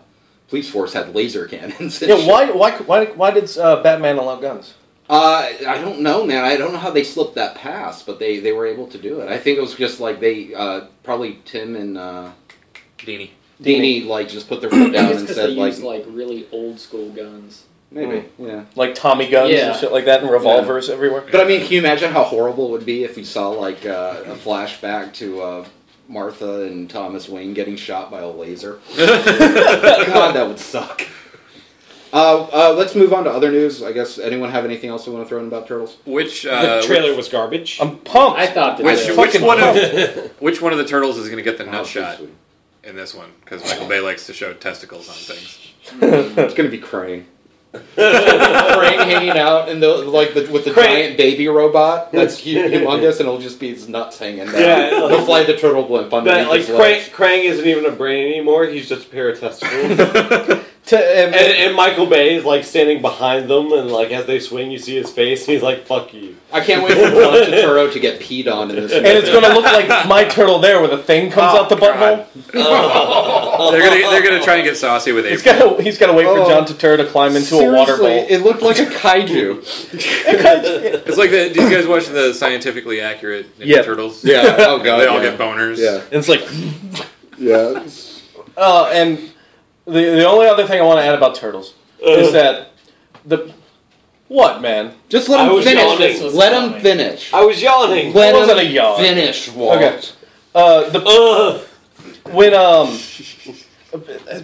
police force had laser cannons. and Yeah, shit. why, why, why, why did uh, Batman allow guns? Uh, I don't know, man. I don't know how they slipped that past, but they they were able to do it. I think it was just like they uh, probably Tim and uh, Dini. Dini. Dini like just put their foot down just and because said they like used like really old school guns. maybe yeah. Like Tommy guns Yeah. and shit like that, and revolvers everywhere? But I mean, can you imagine how horrible it would be if we saw like uh, a flashback to uh, Martha and Thomas Wayne getting shot by a laser? God, that would suck. Uh, uh, let's move on to other news. I guess anyone have anything else they want to throw in about turtles? Which The uh, trailer was garbarbage. I'm pumped. I thought that. Which, they which, were- one Oh. of which one of the turtles is going to get the Wow, nut shot seriously. in this one? Because Michael Bay likes to show testicles on things. It's gonna be Krang. Krang hanging out in the like the, with the Krang. giant baby robot that's hu- humongous, and it'll just be his nuts hanging down. Yeah. They'll fly the turtle blimp underneath that, like his legs. Krang, Krang isn't even a brain anymore. He's just a pair of testicles. To- uh, and- And, and Michael Bay is like standing behind them, and like as they swing, you see his face, and he's like, "Fuck you." I can't wait for John Turturro to get peed on in this. and it's gonna look like my turtle there, where the thing comes Oh, out the butthole. God. They're going to they're going to try and get saucy with It's April. gotta, he's gotta wait for Oh. John Turturro to climb into a water Seriously, bowl. It looked like a kaiju. It's like the, do you guys watch the scientifically accurate Ninja Yeah. Turtles? yeah. Oh god. they all yeah. get boners. Yeah. And it's like, Yeah. uh, and the the only other thing I want to add about turtles Uh. is that the what man? Just let I him was yawning. finish. This was Let him coming. finish. I was yawning. Let It him wasn't a yawn. finish, Walt. Okay. Uh, the Ugh. when um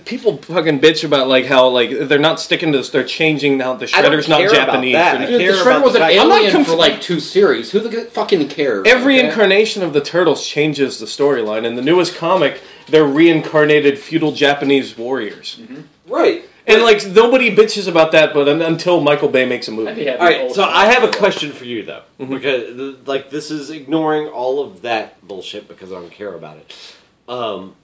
people fucking bitch about like how like they're not sticking to this they're changing how the I don't shredder's not care about japanese that. and I Dude, the care Shredder about was the an fact- I'm alien not for conf- like two series. Who the g- fucking cares? every okay? incarnation of the turtles changes the storyline in the newest comic they're reincarnated feudal japanese warriors Mm-hmm. Right. and like nobody bitches about that but un- until michael bay makes a I'd be movie happy All right. with So old I have a guns. question for you though, because th- like this is ignoring all of that bullshit because I don't care about it. Um,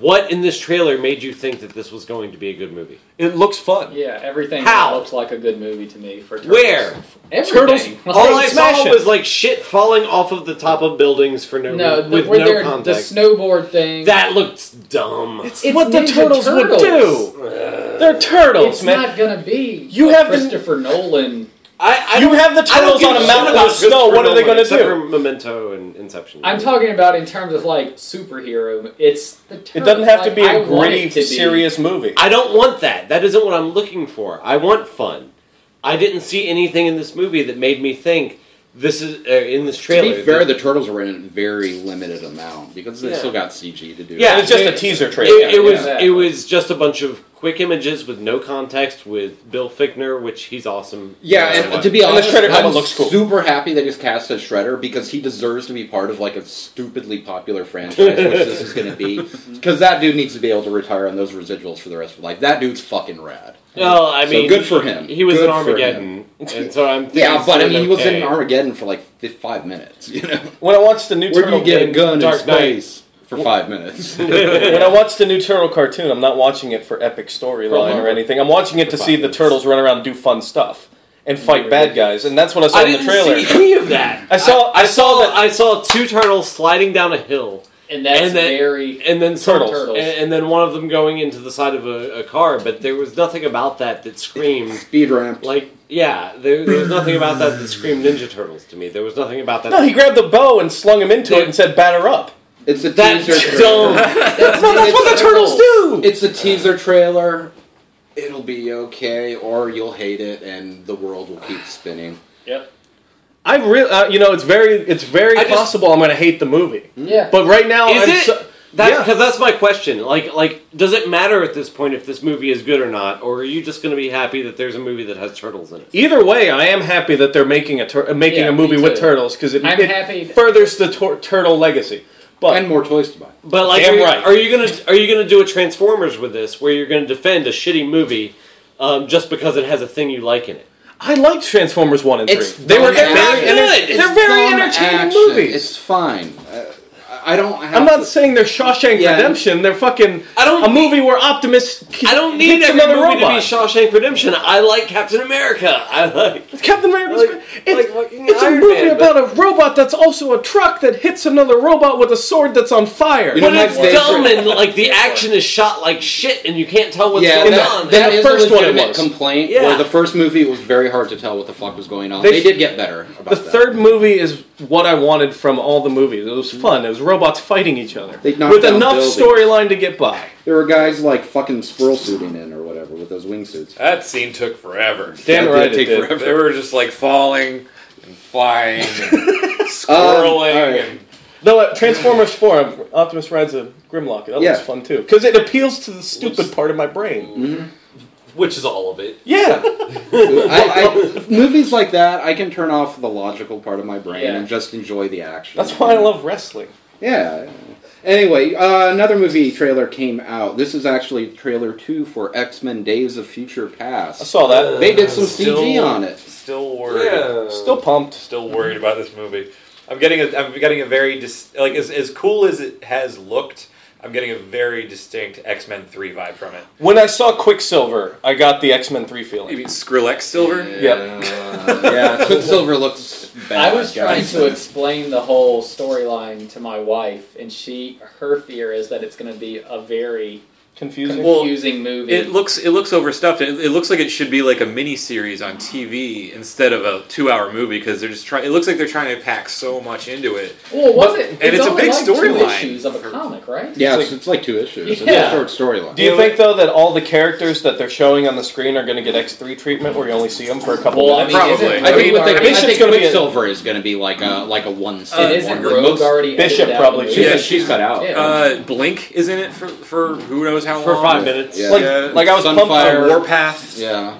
what in this trailer made you think that this was going to be a good movie? it looks fun Yeah, everything How? looks like a good movie to me for turtles. Where? Everything. Turtles- Like, All I smash saw it. was like shit falling off of the top of buildings for no, no, the, with where no they're- context. the snowboard thing. that looked dumb. It's what the Ninja turtles, would Turtles. do they're turtles it's man not gonna be. You like have the- Christopher Nolan. I, I You don't- have the I don't turtles give on a shit mountain about with snow, what are Christopher they gonna Nolan except do? for Memento and Inception. I'm talking about in terms of like superhero. It's the. Turtles. it doesn't have to Like, be I a want it gritty to be- serious movie I don't want that. That isn't what I'm looking for. I want fun. I didn't see anything in this movie that made me think this is uh, in this To trailer. be fair, the turtles were in a very limited amount because they Yeah. still got CG to do. Yeah, it's just they- a teaser it, trailer it was yeah. it was just a bunch of quick images with no context with Bill Fickner, which he's awesome. Yeah, Uh, and to be And the honest, Shredder helmet I'm looks cool. super happy they just cast as Shredder because he deserves to be part of like a stupidly popular franchise, which this is going to be. Because that dude needs to be able to retire on those residuals for the rest of life. That dude's fucking rad. well, I So mean, good for him. He was Good in for Armageddon, and so I'm thinking Yeah, he's but I doing mean, he was okay. in Armageddon for like fi- five minutes. You know, When I watched the new where do Turtle you get a gun in Dark space for five minutes? when I watch the new Turtle cartoon, I'm not watching it for epic storyline or anything. I'm watching it to see the turtles run around, and do fun stuff, and fight bad guys. And that's what I saw I in the didn't trailer. see any of that. I saw. I, saw that. I saw two turtles sliding down a hill, and that's And that- very and then some- Turtles. and, and then one of them going into the side of a, a car. But there was nothing about that that screamed Speed ramp. like, yeah, there, there was nothing about that that screamed Ninja Turtles to me. There was nothing about that. no, he grabbed the bow and slung him into it Dude. and said, "Batter up." It's a that teaser. trailer. dome. That's, No, that's what the turtles do. It's a teaser trailer. It'll be okay, or you'll hate it, and the world will keep spinning. I really, uh, you know, it's very, it's very I just- possible I'm going to hate the movie. yeah. But right now, Is I'm it? so- That yeah. because that's my question. Like, like, does it matter at this point if this movie is good or not, or are you just going to be happy that there's a movie that has turtles in it? Either way, I am happy that they're making a tur- uh, making Yeah, a movie me with too. turtles because it, I'm it happy- furthers the tor- turtle legacy. But and more toys to buy. But like, Damn are, you- right. are you gonna are you gonna do a Transformers with this, where you're gonna defend a shitty movie um, just because it has a thing you like in it? I liked Transformers one and It's three. They were dumb very, action. enter- It's they're very Some entertaining action. movies. It's fine. Uh, I don't have. I'm not saying they're Shawshank Yeah. Redemption. They're fucking I don't a need- movie where Optimus. ki- I don't need hits every another movie robot. to be Shawshank Redemption. I like Captain America. I like. Captain America's Like- great. It's, like fucking it's a Iron movie Man, but- about a robot that's also a truck that hits another robot with a sword that's on fire. You know, But my it's favorite- dumb and like the action is shot like shit, and you can't tell what's Yeah, going the- that, on. that the is first a one it legitimate was. complaint. Yeah. Where the first movie it was very hard to tell what the fuck was going on. They They, sh- did get better. About the that. third movie is what I wanted from all the movies. It was fun. It was robots fighting each other They knocked with down enough buildings. storyline to get by. there were guys like fucking squirrel suiting in or whatever with those wingsuits. That scene took forever. Damn That right did it take did. forever. They were just like falling and flying and Um, swirling. all right. and No, uh, Transformers Four. Optimus rides a Grimlock. That Yeah. was fun too because it appeals to the stupid part of my brain. Which is all of it. Yeah, I, I, movies like that, I can turn off the logical part of my brain Yeah. and just enjoy the action. that's why I love wrestling. Yeah. Anyway, uh, another movie trailer came out. This is actually trailer two for X Men: Days of Future Past. I saw that. They did some Still- CG on it. Still worried. Yeah. Still pumped. Still worried about this movie. I'm getting a. I'm getting a very dis- like as as cool as it has looked. I'm getting a very distinct X Men Three vibe from it. When I saw Quicksilver, I got the X Men Three feeling. mean Skrillex Silver? yeah. Quicksilver looks bad. I was trying guys. to explain the whole storyline to my wife, and she her fear is that it's going to be a very Confusing. Well, confusing movie. It looks it looks overstuffed. It, it looks like it should be like a mini series on TV instead of a two hour movie because they're just trying. It looks like they're trying to pack so much into it. well, it wasn't and it's a only big like two storyline. issues of a comic, right? Yeah, It's it's like- like, it's like two issues. It's Yeah. a short storyline. Do you think though that all the characters that they're showing on the screen are going to get X three treatment, where you only see them for a couple Well, I minutes? mean, Probably. isn't- I think, with I the, I think it's think gonna be a- Quicksilver is going to be like a like a one And scene. isn't wonder. Rogue already Bishop edited out probably- the movie? yeah, Yeah, she's got out. Yeah. Uh, Blink is in it for for who knows how For long. five minutes. Yeah. Like, Yeah. like I was pumped Sunfire. um, on Warp Warpath. Yeah.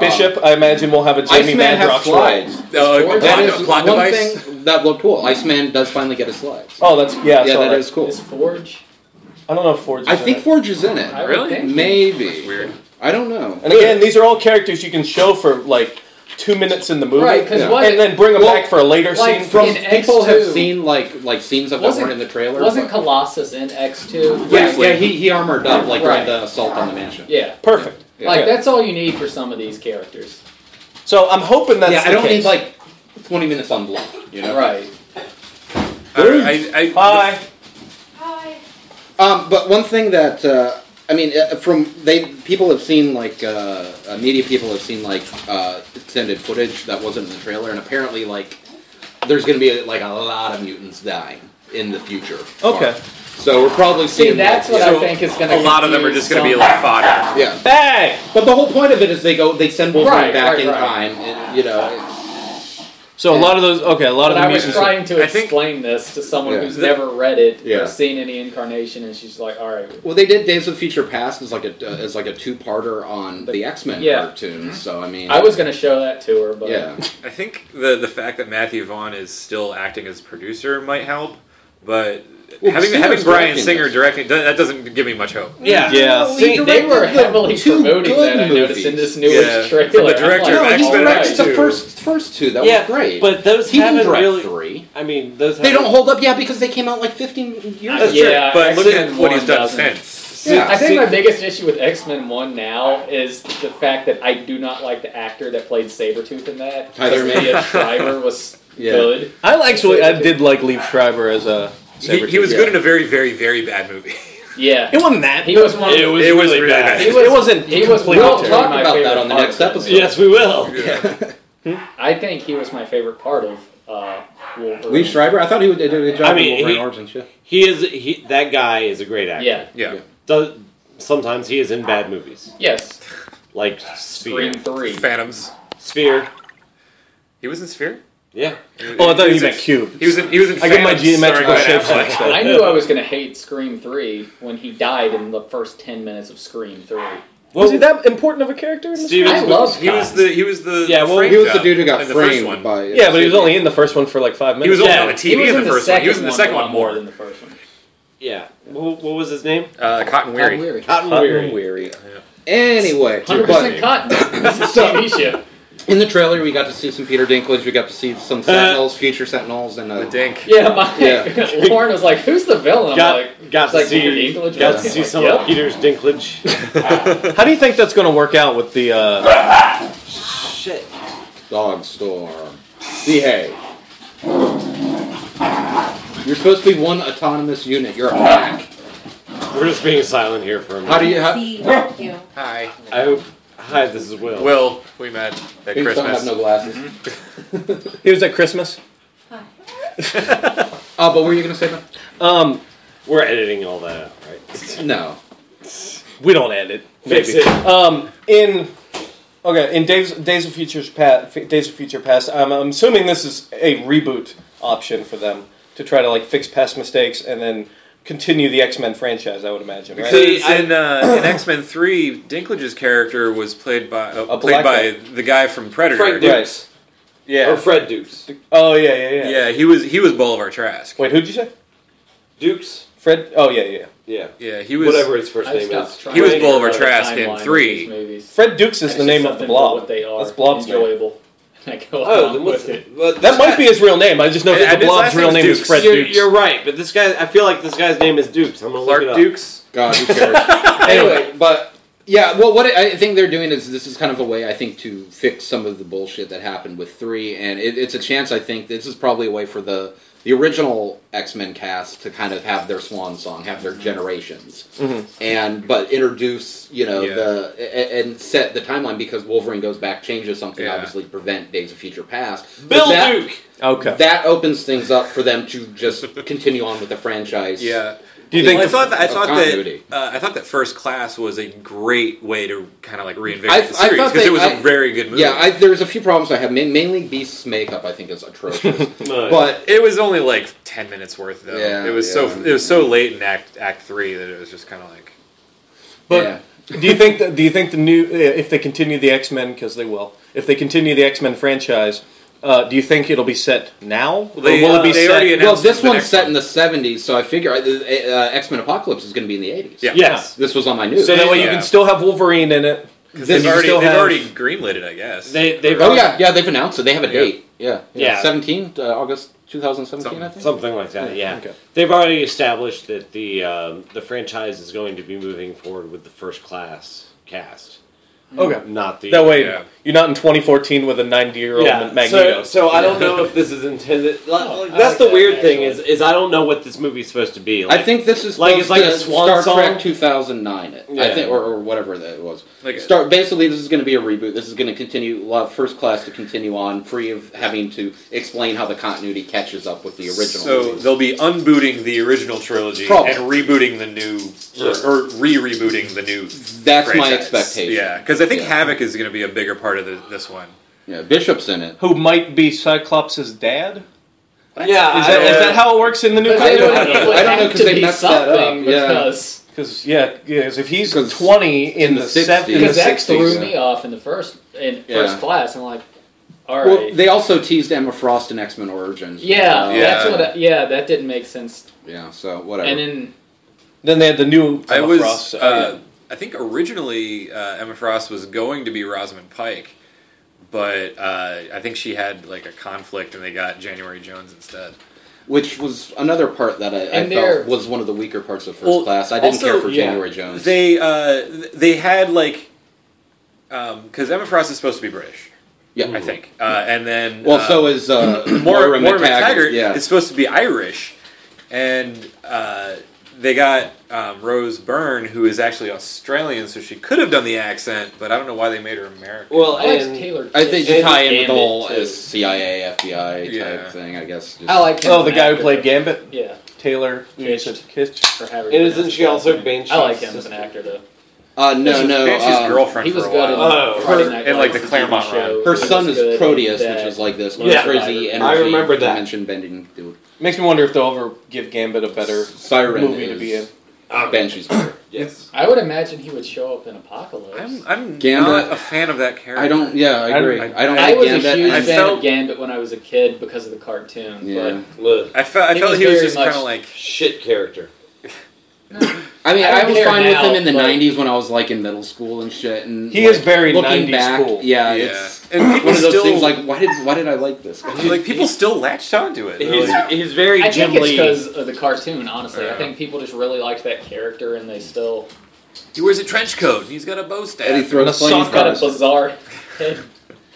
Bishop. I imagine we'll have a Jamie Iceman has Madrox role. slides. Uh, plot, That is plot one device. thing that looked cool. Iceman does finally get a slides. Oh, that's yeah. yeah, so that is cool. Is Forge? I don't know if Ford's. I in think it. Forge is in I it. would Really? think. Maybe. Weird. I don't know. And again, these are all characters you can show for like two minutes in the movie, Right, 'cause Yeah. what- and then bring them Well, back for a later like, scene. from- From in people have X2, seen like like scenes of that wasn't- weren't in the trailer. Wasn't but- Colossus in X two? yeah, yeah, he, he armored up like Right. during the assault on the mansion. yeah. Perfect. Like Yeah. that's all you need for some of these characters, So I'm hoping that's. yeah, I the don't case. need like twenty minutes on block. You know. right? I, I, I, Hi. Hi. Um, but one thing that uh, I mean, uh, from they people have seen like uh, uh, media people have seen like uh, extended footage that wasn't in the trailer, and apparently like there's going to be like a lot of mutants dying in the future. Okay. So we're probably See, seeing that's what like, I So, think is going to. a lot of them are just going to be like fodder. yeah. yeah. Hey. But the whole point of it is they go they send Wolverine Right, back right, in right. time, and, you know. it's- So a lot of those, okay, a lot of But I the was music. trying to I think- explain this to someone Yeah. who's The- never read it Yeah. or seen any incarnation, and she's like, "All right, Well, they did Days of Future Past as like a uh, as like a two parter on the X Men Yeah. cartoon. So I mean, I was gonna show that to her, but yeah. I think the the fact that Matthew Vaughn is still acting as producer might help, but Well, having Singer's having Brian directing Singer this. directing do- that doesn't give me much hope. Yeah. Yeah. No, he See, they directed were the heavily two promoting good that. I noticed in movies. this newest Yeah. trailer. From the I'm director like, of No, he X-Men all X directed two. the first first two. That Yeah, was great. But those he didn't haven't direct really. three. I mean, those They haven't- don't hold up, yeah, because they came out like 15 years That's ago. true, Yeah, but look X-Men at what he's one done doesn't. since. I Yeah. think my biggest issue with X Men 1 now is the fact that I do not like the actor that played Sabretooth in that. Tyler May. Mia Shriver was Yeah. good. I actually, I did like Leaf Schreiber as a. He, Sabretooth. he was yeah. good in a very, very, very bad movie. Yeah. It wasn't that. He bad. was one of- It was, It was really really bad. bad. It, He was- wasn't. He was completely we'll terrible. talk We'll about that on the next episode. Yes, we will. Yeah. I think he was my favorite part of uh, Wolverine. Lee Schreiber, I thought he would did a good job I mean, in Wolverine he- Origins. Yeah. He is. He that guy is a great actor. Yeah. yeah. Does, sometimes he is in bad movies, Yes. like Sphere. Scream 3. Phantoms. Sphere. He was in Sphere. Yeah. Oh, I thought He you was in- meant Cube. He was in. He was in. I get my Phantoms geometrical starring Ben shapes Affleck. mixed I up. knew I was going to hate Scream 3 when he died in the first 10 minutes of Scream 3. Was he that important of a character? In this Steven- I love He was the. He was the. Yeah, well, framed He was the up dude who got in the first framed one. by. Yeah, but he was only in the first one for like five minutes. He was only Yeah. on the He TV was in the first one. He was in second the second a one lot more. than the first one. Yeah. What, what was his name? Uh, Cotton Cotton Weary. Weary. Cotton Cotton Weary. Weary. Anyway, 100% cotton. This is So- TV show. but in the trailer we got to see some Peter Dinklage, we got to see some Sentinels, future Sentinels, and uh, The Dink. Yeah, my Yeah. Warren was like, "Who's the villain?" I'm Got like, got it's to like Peter see Dinklage. got Yeah. to see Like, some yep. of Peter's Dinklage. How do you think that's going to work out with the? Uh, Shit. Dog Storm. Behave. You're supposed to be one autonomous unit. You're a pack. We're just being silent here for a minute. How do you? How, See, thank you. Hi. I hope. Hi, this is Will. Will, we met at Things don't have Christmas. no glasses. he was at Christmas. Hi. Oh, but what were you gonna say? Matt? Um, We're editing all that out, right? No. we don't edit. Fix Maybe. it. Um, in okay, in Days Days of Futures Past, Days of Future Past. I'm, I'm assuming this is a reboot option for them to try to like fix past mistakes and then continue the X Men franchise. I would imagine. Right? Because in, uh, in X Men Three, Dinklage's character was played by uh, A played black by the guy from Predator. Frank Right. Dukes or yeah. Fred Dukes. Oh yeah, yeah, yeah. Yeah, he was he was Bolivar Trask. Wait, who'd you say? Dukes. Fred? Oh yeah, yeah. Yeah. Yeah, he was Whatever his first I name stopped is. trying He was to Bolivar figure out Trask the in timeline of three. these movies. Fred Dukes is I the see name of something the for blob. What they are. That's Blob's name. enjoyable. I go Oh, along then what's with it? it. Well, That might be his real name. I just know And- that and the his blob's last real name's name is Dukes. Fred You're, Dukes. you're right, but this guy. I feel like this guy's name is Dukes. I'm gonna Clark look it up. Dukes. God, who cares? anyway, but yeah, well, what I I think they're doing is this is kind of a way I think to fix some of the bullshit that happened with three, and it, it's a chance I think this is probably a way for the the original X Men cast to kind of have their swan song, have their generations, and but introduce you know Yeah. the a- a- and set the timeline because Wolverine goes back, changes something Yeah. obviously to prevent Days of Future Past. Bill But that- Duke. Okay. That opens things up for them to just continue on with the franchise. Yeah. Do you Well, think? I the- thought that I of thought continuity. that uh, I thought that First Class was a great way to kind of like I- reinvigorate the I series thought because they- it was a I- very good movie. Yeah, I, there's a few problems I have. Ma- Mainly Beast's makeup, I think, is atrocious. but it was only like ten minutes worth though. Yeah, it was so yeah. it was so late in Act Act Three that it was just kind of like But Yeah. do you think that, do you think the new uh, if they continue the X Men because they will if they continue the X Men franchise, uh, do you think it'll be set now Well, they, or will uh, it be they set? already well, announced this the one's next set one. in the '70s, so I figure uh, uh, X Men Apocalypse is going to be in the '80s. Yeah. Yes. this was on my news. so that way you Yeah. can still have Wolverine in it. because Then they've you already still they've have- already greenlit it, I guess. They they've oh yeah, yeah, they've announced it. They have a Yeah. date. Yeah, Yeah. 17 uh, August 2017, I think. Something like that, yeah. Okay. They've already established that the um, the franchise is going to be moving forward with the first class cast, Okay. not the That way Yeah. you're not in 2014 with a 90 year old Yeah, Magneto. so, so I don't know if this is intended. Like, Oh, like, I that's like the that, weird thing actually. is is I don't know what this movie's supposed to be. Like, I think this is Like, supposed it's like to a swan Star song? Trek 2009. It. I Yeah. think, or, or whatever that was. Like- Start basically. This is going to be a reboot. This is going to continue. Love first class to continue on, free of having to explain how the continuity catches up with the original. So movies. they'll be unbooting the original trilogy Probably. and rebooting the new, or, or re-rebooting the new. That's my franchise. expectation. Yeah, because I think Yeah. Havoc is going to be a bigger part of the, this one. Yeah, Bishop's in it. who might be Cyclops' dad. Yeah, Is that, is I- that how it works in the new But they would- comic? don't know. it would I don't know have 'cause to they be messed that up, something yeah. Because Because yeah, yeah, 'cause if he's 'Cause twenty in, in the, the set, in the 60s. because that 60s, threw yeah. me off in the first in Yeah. first class. I'm like, all right, Well, they also teased Emma Frost in X Men Origins. yeah, Uh, that's Yeah. what. I, yeah, that didn't make sense. yeah. So whatever. And then then they had the new. I Emma was. Frost, oh, so, uh, I think originally uh, Emma Frost was going to be Rosamund Pike, but uh, I think she had like a conflict, and they got January Jones instead. Which was another part that I, I And there- felt was one of the weaker parts of First Well, Class. I didn't also- care for yeah. January Jones. They uh, th- they had like because Emma Frost is supposed to be British, yeah. I think, uh, and then Well, uh, so is uh, Moira, Moira, Moira McTaggart. McTaggart Yeah. is supposed to be Irish, and uh, they got um, Rose Byrne, who is actually Australian, so she could have done the accent, but I don't know why they made her American. well, I liked and Taylor. I think Kitsch. you tie in with the Gambit, whole too. uh, CIA, FBI type Yeah. thing. I guess. Just, I like him oh, the as an guy who actor. played Gambit, Yeah, Taylor Kitsch. Kitsch. Kitsch. for Harry. and isn't she also Banshee's I like him as sister? an actor though. Uh, no, no. Banshee's um, girlfriend He was for a good in while. Oh, Friday her- Night and, like, Lights, the Claremont TV show. run. Her He was son good is in Proteus, that. which is like this Yeah. crazy I energy. remember that. Dimension bending dude. Makes me wonder if they'll ever give Gambit a better Siren movie is to be in. Um, Banshee's better. Yes. I would imagine he would show up in Apocalypse. I'm, I'm Gambit. not a fan of that character. I don't. Yeah, I I- agree. I, I- don't I like was a Gambit. huge I- I fan felt- of Gambit when I was a kid because of the cartoon. yeah. Ugh. I felt I He felt was he was very just much- kind of like Shit character. I mean, I I, don't was care fine now, with him in the but- '90s when I was like in middle school and shit. And He like, is very looking 90s back. cool. Yeah, yeah. it's and people one of those still, things. Like, why did why did I like this? Guy? like people still latched onto it. They're He's, like- he's very I think it's Jim Lee. because of the cartoon. Honestly, I Yeah. think people just really liked that character, and they still he wears a trench coat. and He's got a bow And he staff. And a throws flames sock got a at us. bizarre head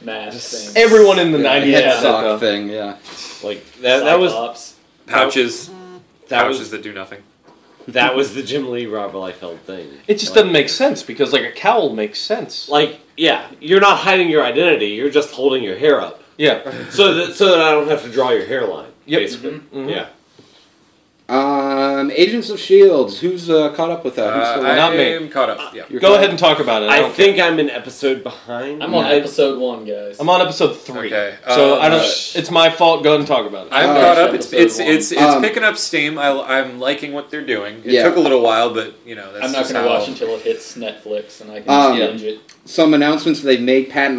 mask thing. Everyone in the Yeah, 90s head had that, sock though. thing. Yeah, Like that, that was Cyclops. Pouches, that pouches was that do nothing. that was the Jim Lee Rob Liefeld thing. It just Like- doesn't make sense because like a cowl makes sense. Like yeah, you're not hiding your identity. You're just holding your hair up yeah, so that so that I don't have to draw your hairline. Yep. Basically, Mhm. yeah. um, Agents of Shields. Who's uh, caught up with that? Who's Uh, still I not me. am caught up. Yeah. You're go caught ahead up? and talk about it. I, I, don't think care. I'm an episode behind. I'm on I- episode one, guys. I'm on episode three, Okay, so um, I don't. It's my fault. Go ahead and talk about it. I'm Oh, caught it's up. It's episode it's one. it's, it's Um, picking up steam. I, I'm liking what they're doing. It Yeah. took a little while, but you know that's I'm not just going to how- watch until it hits Netflix, and I can Um, just binge it. Some announcements they've made. Patton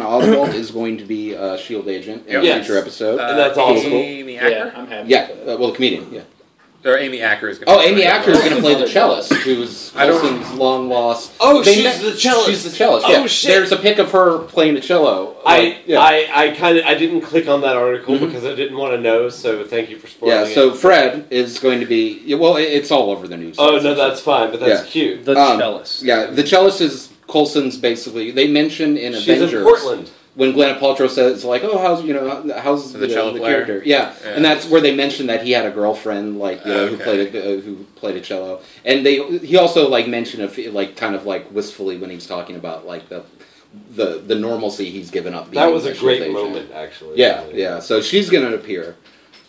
Oswalt is going to be a Shield E agent in a Yes. future episode. Uh, And that's awesome. Amy Yeah, Acker I'm happy. yeah, with uh, well, comedian. Yeah. or Amy Acker is going. Oh, Amy Acker is Wilson's going to play the other cellist, who's I don't- Wilson's long lost. Oh, They she's met- the cellist. She's the cellist. Oh, yeah. shit. There's a pic of her playing the cello. I, yeah. I, I kind of I didn't click on that article Mm-hmm. because I didn't want to know. So thank you for spoiling yeah. it. So Fred is going to be. yeah, Well, it- it's all over the news. oh no, that's fine, but that's cute. The um, cellist. Yeah, the cellist is Colson's basically. They mention in She's Avengers in Portland. when Gwyneth Paltrow says like, "Oh, how's you know how's The you know, cello the player? character?" Yeah. Yeah. and that's where they mention that he had a girlfriend like you know, who Okay. played a, uh, who played a cello, and they he also like mentioned a f- like kind of like wistfully when he's talking about like the the the normalcy he's given up. That being was a Shield great agent. moment, actually. Yeah, yeah. So she's going to appear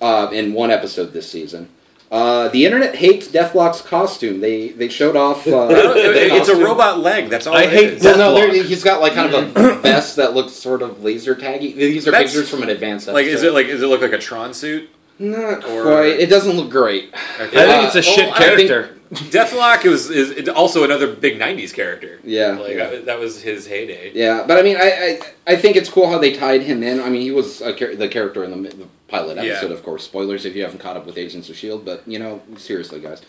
uh, in one episode this season. Uh, the internet hates Deathlock's costume. They they showed off. Uh, the It's a costume. robot leg. That's all. I it hate is. Well, no, there, he's got like kind of a vest that looks sort of laser taggy. These are That's- pictures from an advanced. Like, is episode. it like? Does it look like a Tron suit? Not or- quite. It doesn't look great. I Okay. Uh, think it's a shit well, Oh, I think- character. Deathlock was is it- also another big '90s character. Yeah, Like yeah. that- that was his heyday. Yeah, but I mean, I, I I think it's cool how they tied him in. I mean, he was a char- the character in the, the pilot Yeah. episode, of course. Spoilers if you haven't caught up with Agents of Shield, E but you know, seriously, guys.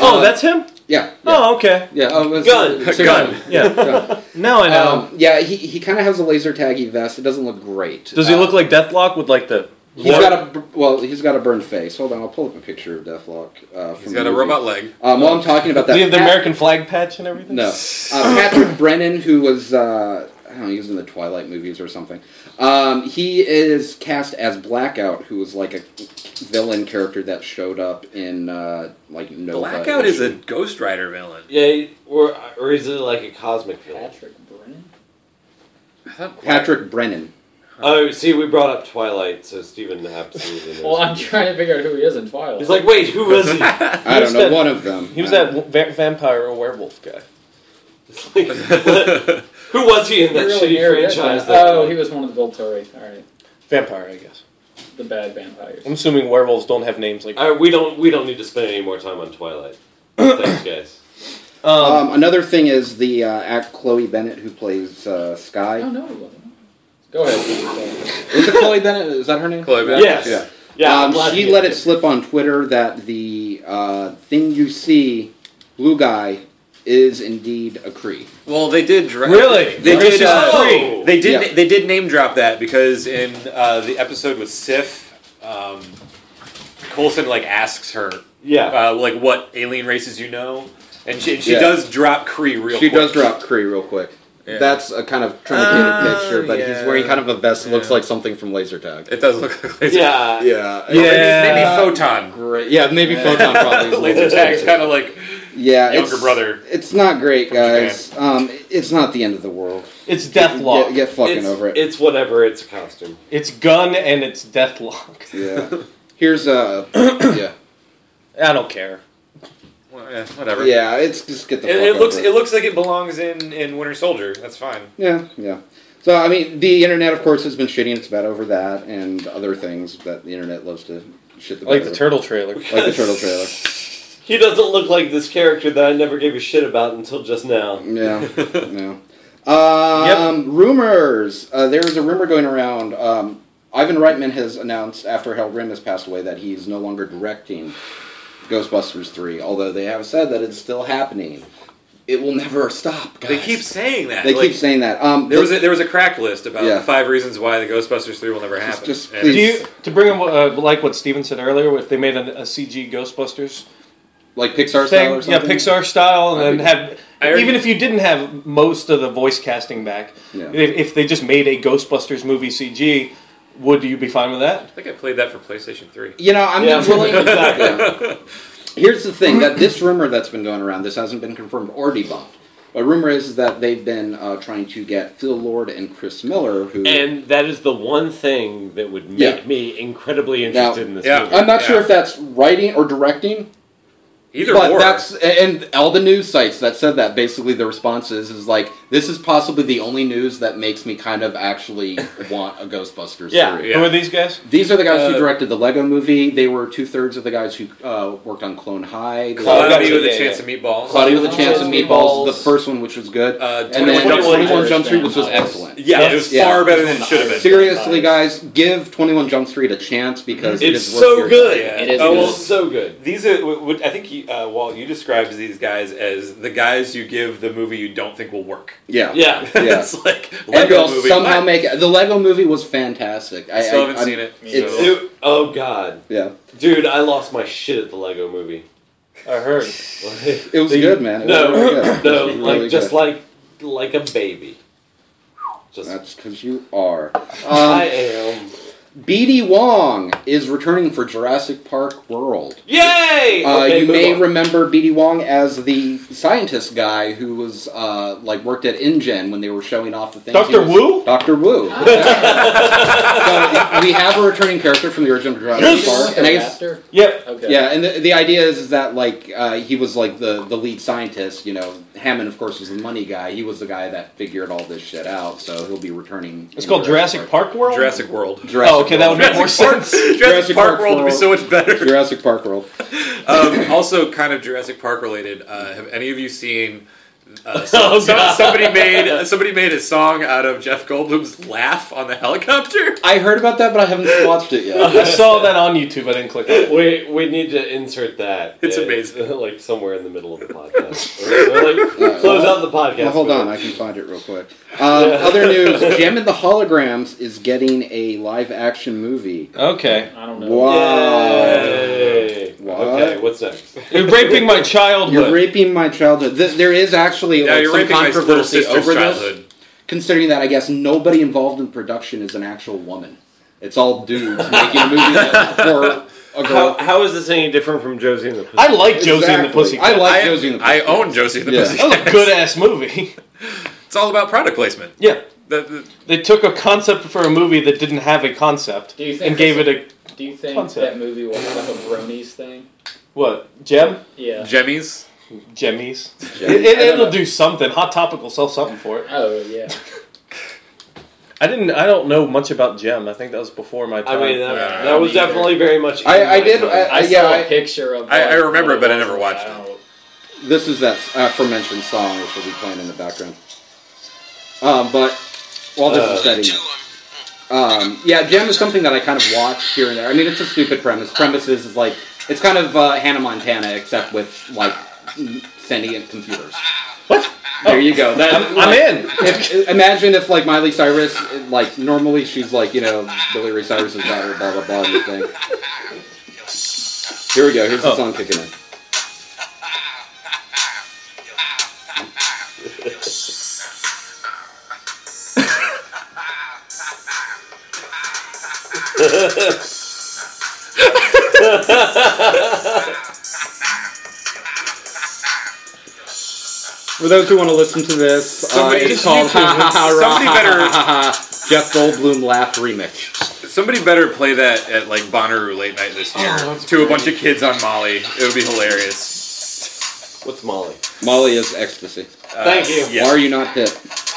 oh, Uh, that's him. yeah. yeah. Oh, okay. Yeah, oh, it was, Gun. seriously. Gun. Yeah. Gun. now I know. Um, yeah, he, he kind of has a laser taggy vest. It doesn't look great. Does he Uh, look like Deathlock with like the? He's got a br- well. He's got a burned face. Hold on, I'll pull up a picture of Deathlock. Uh, from He's the got a movie. robot leg. Um, while I'm talking about that, Do you have the Pat- American flag patch and everything? No, uh, Patrick Brennan, who was uh, I don't know, he was in the Twilight movies or something. Um, he is cast as Blackout, who was like a villain character that showed up in uh, like Nova. Blackout is a issue. Ghost Rider villain. Yeah, or or is it like a cosmic it. villain? Patrick Brennan. I thought Black- Patrick Brennan. Oh, see, we brought up Twilight, so Steven absolutely knows. Well, I'm trying to figure out who he is in Twilight. He's like, wait, who was he? I was don't know that- one of them. He was I don't that va- vampire or werewolf guy. It's like, Who was he in that really shitty narrowed it franchise? down. That Oh, he was one of the Volturi. All right, Vampire, I guess. the bad vampires. I'm assuming werewolves don't have names like. All right, we don't we don't need to spend any more time on Twilight. Thanks, guys. Um, Um, another thing is the uh, act Chloe Bennett who plays uh, Oh Sky. no, it wasn't. Go ahead. Is it Chloe Bennett? Is that her name? Chloe Bennett. Yes. Yeah. Yeah, I'm um, glad she you- let it slip on Twitter that the uh, thing you see, blue guy, is indeed a Cree. Well, they did. Dra- Really? They This did. is Uh, free. They did. Yeah. They did name drop that because in uh, the episode with Sif, um, Coulson like asks her Yeah. uh, like what alien races you know, and she, she Yeah. does drop Cree real. she quick. does drop Cree real quick. Yeah. That's a kind of trying to paint a Uh, picture, but he's yeah. wearing kind of a vest that looks Yeah. like something from Lasertag. It does look like laser. Yeah. Yeah. Maybe Yeah. photon. Great. Yeah, maybe Photon probably. is a Laser little tag's bit- kind of like Yeah, younger it's- brother. It's not great, from Japan. guys. Um, it's not the end of the world. it's Deathlock. Get, get fucking it's, over it. It's whatever. It's a costume. It's Gun and it's Deathlock. yeah. Here's uh, a. Yeah. I don't care. Well, yeah, whatever. Yeah. It's just get the. It, fuck it looks. over It looks like it belongs in in Winter Soldier. That's fine. Yeah, yeah. So I mean, the internet, of course, has been shitting its bed over that and other things that the internet loves to shit the bed Like the over. turtle trailer. like the turtle trailer. He doesn't look like this character that I never gave a shit about until just now. Yeah, yeah. Um, Rumors. Uh, there is a rumor going around. Um, Ivan Reitman has announced after Hal Grimm has passed away that he's no longer directing Ghostbusters three, although they have said that it's still happening. It will never stop. Guys. They keep saying that. They like, keep saying that. Um, There was a, there was a crack list about Yeah. the five reasons why the Ghostbusters three will never Just- happen. just And Do please- it's- you to bring up uh, like what Steven said earlier? If they made an, a CG Ghostbusters like Pixar style or thing, yeah, something. Pixar style, I and then have I already- even if you didn't have most of the voice casting back, Yeah. if, if they just made a Ghostbusters movie CG, would you be fine with that? I think I played that for PlayStation three. You know, I'm Yeah, willing. exactly. Yeah. Here's the thing that this rumor that's been going around, this hasn't been confirmed or debunked. But rumor is that they've been uh, trying to get Phil Lord and Chris Miller, who And that is the one thing that would make Yeah. me incredibly interested in this yeah. movie. I'm not yeah. sure if that's writing or directing, Either but or. that's and all the news sites that said that basically the response is is like this is possibly the only news that makes me kind of actually want a Ghostbusters. Yeah. three. Yeah. Who are these guys? These are the guys Uh, who directed the Lego Movie. They were two thirds of the guys who uh, worked on Clone High. They- Clone- Cloudy gotcha, with a yeah, chance yeah. of meatballs. Cloudy with a Chance of Chance of Meatballs, Meatballs. the first one, which was good. Uh, And then 21 Jump 21 Street. Jump Street, which was excellent. Yeah, Yes. it was Yeah. far better than it should have been. Seriously, guys, give 21 Jump Street a chance because it It's is worth so your good. Yeah. It is Oh, It good. well, is so good. these are. w- What, I think you, uh, Walt, you described these guys as the guys you give the movie you don't think will work. Yeah. Yeah. Yeah. it's like And Lego they'll movie. somehow What? make it. The Lego movie was fantastic. I, I still I- haven't I'm- seen it. it's- so- Dude, oh god. Yeah, Dude, I lost my shit at the Lego movie. I heard. it was The- good, man. It No, was really good. no, It was like really just good. like like a baby. Just That's because you are. I Um, am. BD Wong is returning for Jurassic Park World. Yay! Uh, Okay, you move may on. remember BD Wong as the scientist guy who was uh, like worked at InGen when they were showing off the things. he Doctor was- Wu. Dr. Wu. so we have a returning character from the original Jurassic Yes. Park, and I guess After? Yep. Okay. yeah, and the, the idea is, is that like uh, he was like the the lead scientist. You know, Hammond of course was the money guy. He was the guy that figured all this shit out. So he'll be returning. It's in called Jurassic Park World. Jurassic World. Jurassic Oh, okay, that World. would make more sense. Jurassic Park Park World would be so much better. Jurassic Park World. Um, also, kind of Jurassic Park related. Uh, have any of you seen? Uh, so- Oh, so- God. somebody made somebody made a song out of Jeff Goldblum's laugh on the helicopter. I heard about that, but I haven't watched it yet. I saw that on YouTube. I didn't click on it. We we need to insert that. It's uh, amazing. like somewhere in the middle of the podcast. Or, or, like, close out the podcast. Well, hold with on, I can find it real quick. Um, Other news: Jam and the Holograms is getting a live-action movie. Okay. I don't know. Wow! Yay. What? Okay, what's next? You're raping my You're childhood. raping my childhood. Th- there is actually Yeah, like, you're some raping my little controversy sister's over childhood. this, considering that I guess nobody involved in production is an actual woman. It's all dudes making a movie that- for a girl. How, how is this any different from Josie and the Pussycat? I like Josie and the Exactly. I Pussycat. like I, Josie and the I Pussycat. own Josie and the Yeah. Oh, Pussycat. that was a good ass movie. It's all about product placement. Yeah. The- the- They took a concept for a movie that didn't have a concept Do you think and gave it a Do you think Concept. that movie was like a bronies thing? what? Gem? Yeah. Jemmys. Jemmys. Yeah. It, I don't it, will know. do something. Hot Topic will sell something for it. Oh yeah. I didn't. I don't know much about Gem. I think that was before my I time. mean, that, Uh, that was me either. definitely very much. in I- I my did- time. I- I yeah, saw a I- picture of. I- I like, remember it, but I never was, like, watched I don't know. This is that aforementioned song which will be playing in the background. Um, but while this Uh, is setting up, um, yeah, Gem is something that I kind of watch here and there. I mean, it's a stupid premise. Premise is, is like it's kind of uh, Hannah Montana except with like sentient computers. what? There you go. uh, That, I'm, I'm in. if, imagine if like Miley Cyrus, like normally she's like you know Billy Ray Cyrus's daughter, blah blah blah, and the thing. Here we go. Here's the Oh. song kicking in. For those who want to listen to this, Somebody uh, it's just called YouTube ha, ha, ha, it. Ra, Somebody Ha, better- Ha, Ha, Ha, Jeff Goldblum laugh remix. Somebody better play that at like Bonnaroo late night this year Oh, to a bunch of kids on Molly. It would be hilarious. What's Molly? Molly is ecstasy. Uh, Thank you. yeah. Why are you not hit?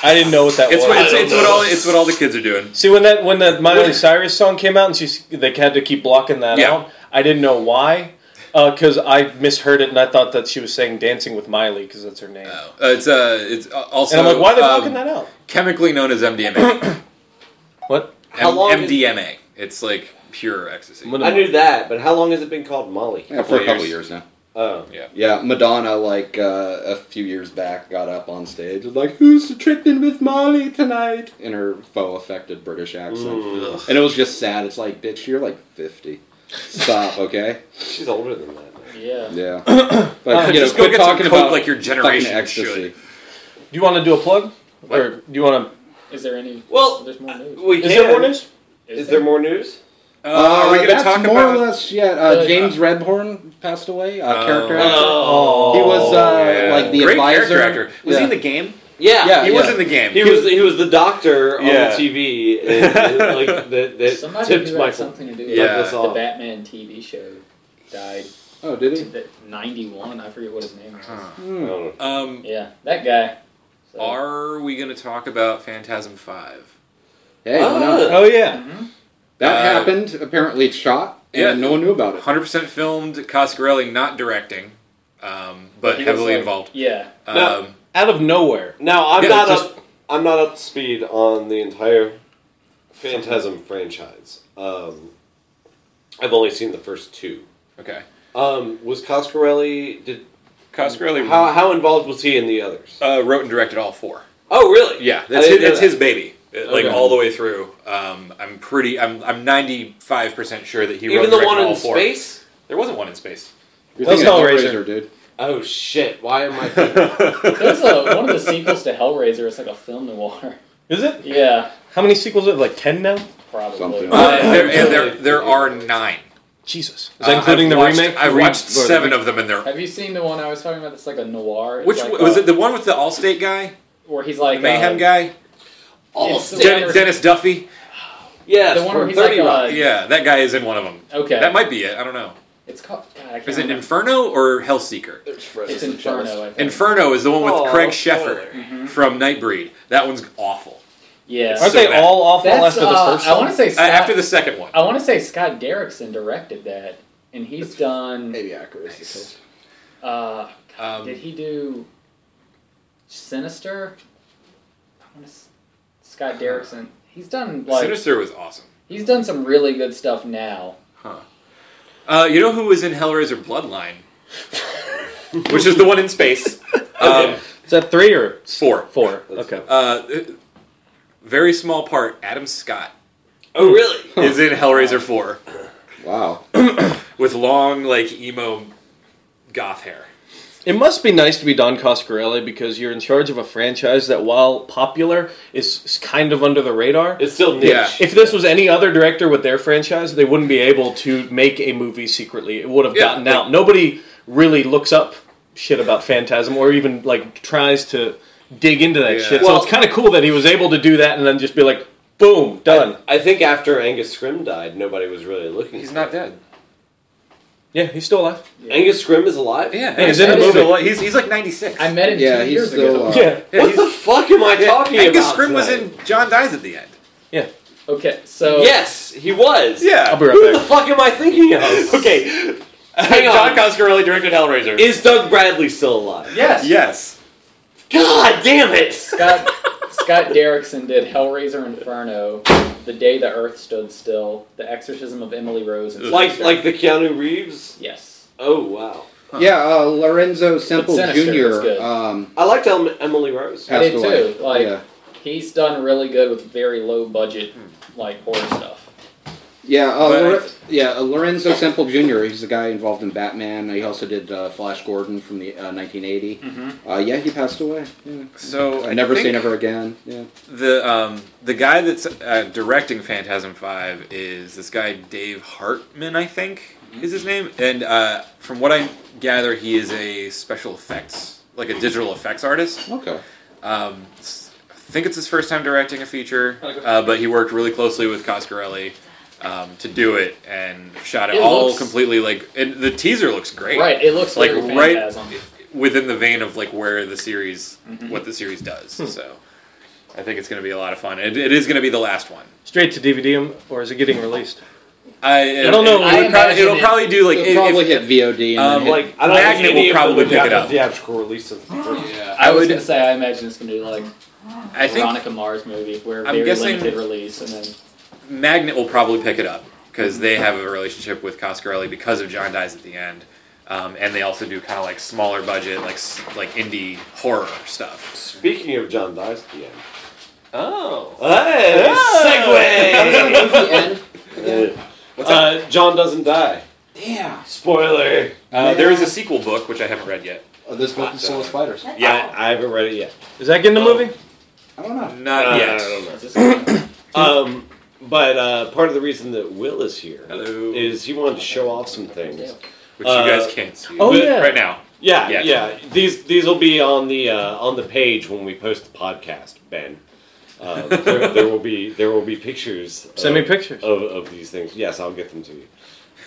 I didn't know what that It's was. what, it's, I don't it's what know. all it's what all the kids are doing. See when that when that Miley Cyrus song came out and she s- they had to keep blocking that Yeah. out. I didn't know why because I misheard it and I thought that she was saying "Dancing with Miley" because that's her Oh. name. Uh, it's uh, it's uh, also and I'm like, why are they blocking um, that out? Chemically known as MDMA. What? How M- long is- MDMA. It's like pure ecstasy. I'm gonna- I knew that, but how long has it been called Molly? Yeah, for a couple years now. Oh, Yeah, Madonna, like uh, a few years back, got up on stage and like, "Who's tripping with Molly tonight?" in her faux affected British accent, and it was just sad. It's like, bitch, you're like fifty. Stop, okay? she's older than that. Yeah. Yeah, but you know, Uh, Just go quit get some talking coke about like your fucking generation ecstasy. Do should. you want to do a plug? Or do you want to? Is there any? Well, There's more news. we Is there can- more news? Is there more news? Uh, Uh, are we going to that's talk more about? or less? Yeah, uh, Really? James Redhorn passed away. Uh, Oh. character actor. Oh. He was uh, Yeah. like the Great advisor. character actor. Was he Yeah. in the game? Yeah, Yeah. he was in the game. He was he was the doctor Yeah. on the TV and, and, like that, that Somebody tipped who had Michael something to do with Yeah. Douglas the off. Batman TV show died Oh, did he? to ninety one. I forget what his name was. I Hmm. don't know. Uh-huh. Um, Yeah, that guy. So- are we going to talk about Phantasm Five? Hey, why not? Ah. Oh yeah. Mhm. that Uh, happened. Apparently, it's shot, and Yeah. no one knew about it. 100% filmed. Coscarelli not directing, um, but He was heavily like- involved. Yeah. Um, No. Out of nowhere. Now I'm Yeah, not just- up I'm not up to speed on the entire Phantasm franchise. Um, I've only seen the first two. Okay. Um, was Coscarelli did Coscarelli how how involved was he in the others? uh, wrote and directed all four. Oh really? Yeah, I that's his, didn't know that's that. his baby. It- Like Okay. all the way through. Um, I'm pretty. I'm I'm 95 percent sure that he wrote Even and the directed one all in four. space? There wasn't one in space. You're That's thinking of Hellraiser. Hellraiser, dude. Oh shit! Why am I? thinking- There's a, uh, one of the sequels to Hellraiser. It's like a film noir. Is it? Yeah, How many sequels? Are there? Like ten now? probably. Something. Uh, there, and there really- there are nine. Jesus. Is Uh, that including I've the watched- remake? I've Re- watched or the seven of them, and they're Have you seen the one I was talking about? That's like a noir. It's which like, was uh, it? The one with the Allstate guy, where he's like the mayhem uh, guy, it's the one Den- where- Dennis Duffy. yes, The one where from he's like uh, 30 a- Rock. Yeah, that guy is in one of them. Okay, That might be it. I don't know. it's called. God, I can't Is it remember. Inferno or Hellseeker? There's Fred It's as a Inferno. jealous- I think. Mm-hmm. Inferno is the one with Oh, Craig spoiler. Sheffer from Nightbreed. That one's awful. Yeah. Aren't So they bad. all awful That's, after the uh, first I want one? to say Uh, Scott, after the second one. I want to say Scott Derrickson directed that, and he's done. Maybe accuracy. Uh, God, Um, did he do Sinister? I want to. Scott Derrickson. He's done like Sinister was awesome. he's done some really good stuff now. Uh, you know who was in Hellraiser Bloodline? Which is the one in space. Um, Is that three or Four. four? That's- Okay. Uh, very small part, Adam Scott Oh really? is in Hellraiser 4 Wow. with long, like, emo goth hair. It must be nice to be Don Coscarelli because you're in charge of a franchise that, while popular, is is kind of under the radar. It's still niche. Yeah. If this was any other director with their franchise, they wouldn't be able to make a movie secretly. It would have Yeah, gotten like- out. Nobody really looks up shit about Phantasm or even like tries to dig into that Yeah. shit. Well- so it's kind of cool that he was able to do that and then just be like, boom, done. I think after Angus Scrim died, nobody was really looking. He's for not it. dead. Yeah, he's still alive. Angus Grimm is alive. Yeah, he's in Angus the movie. still- He's, he's like 96. I met him Yeah, two he's years still. ago. Uh, yeah. Yeah, what he's- the fuck am I yeah, talking Angus about? Scrimm was tonight? in John Dies at the End. Okay, so Yes, he was. I'll Yeah. be Who the right fuck am I thinking of? Okay, Hang John on. Coscarelli directed Hellraiser. Is Doug Bradley still alive? yes, Yes. God damn it! Scott Scott Derrickson did Hellraiser Inferno, The Day the Earth Stood Still, The Exorcism of Emily Rose, and Like Sinister. like the Keanu Reeves. yes, Oh wow! Yeah, uh, Lorenzo Semple Sinister is good. Jr. Um, I liked Em- Emily Rose. I passed did away. too. Like yeah. he's done really good with very low budget like horror stuff. Yeah, uh, But- Lore- yeah, uh, Lorenzo Semple Jr. He's the guy involved in Batman. He also did uh, Flash Gordon from the uh, 1980. Uh, yeah, he passed away. Yeah. So I never think say never again. Yeah, The um, the guy that's uh, directing Phantasm Five is this guy Dave Hartman, I think is his name. And uh, from what I gather, he is a special effects, like a digital effects artist. okay. Um, s- I think it's his first time directing a feature, uh, but he worked really closely with Coscarelli um, to do it and shot it, It all looks- completely like. And the teaser looks great, Right, it looks Like, very right- phantasm. Within the vein of like where the series, Mm-hmm. what the series does. So, I think it's going to be a lot of fun. It, it is going to be the last one. Straight to DVD, or is it getting released? I, I don't know. I It, will probably, imagine it'll it- probably do like It'll if- probably if- hit VOD. And then um, hit, like I don't think Magnet any will of probably them pick got it the up. Theatrical release of the first. I I, was would. gonna say I imagine it's gonna be like I think Veronica Mars movie where I'm very guessing- limited release and then Magnet will probably pick it up because they have a relationship with Coscarelli because of John Dies at the End, um, and they also do kind of like smaller budget, like s- like indie horror stuff. Speaking of John Dice at the end. Oh. Hey, That was the end. segue. uh, John doesn't die. Damn. Spoiler. Uh, there is a sequel book which I haven't read yet. Oh, this book is full of spiders. Yeah, I haven't read it yet. Is that getting the Oh. movie? I don't know. Not Uh, yet. I don't know. it's just gonna be Um, but uh, part of the reason that Will is here is Hello. he wanted to show off some things. Which you Uh, guys can't see oh, But yeah. right now. Yeah, Yeah. yeah. These these will be on the uh, on the page when we post the podcast, Ben. Uh, there, there will be there will be pictures. Send me pictures. of, of these things. Yes, I'll get them to you.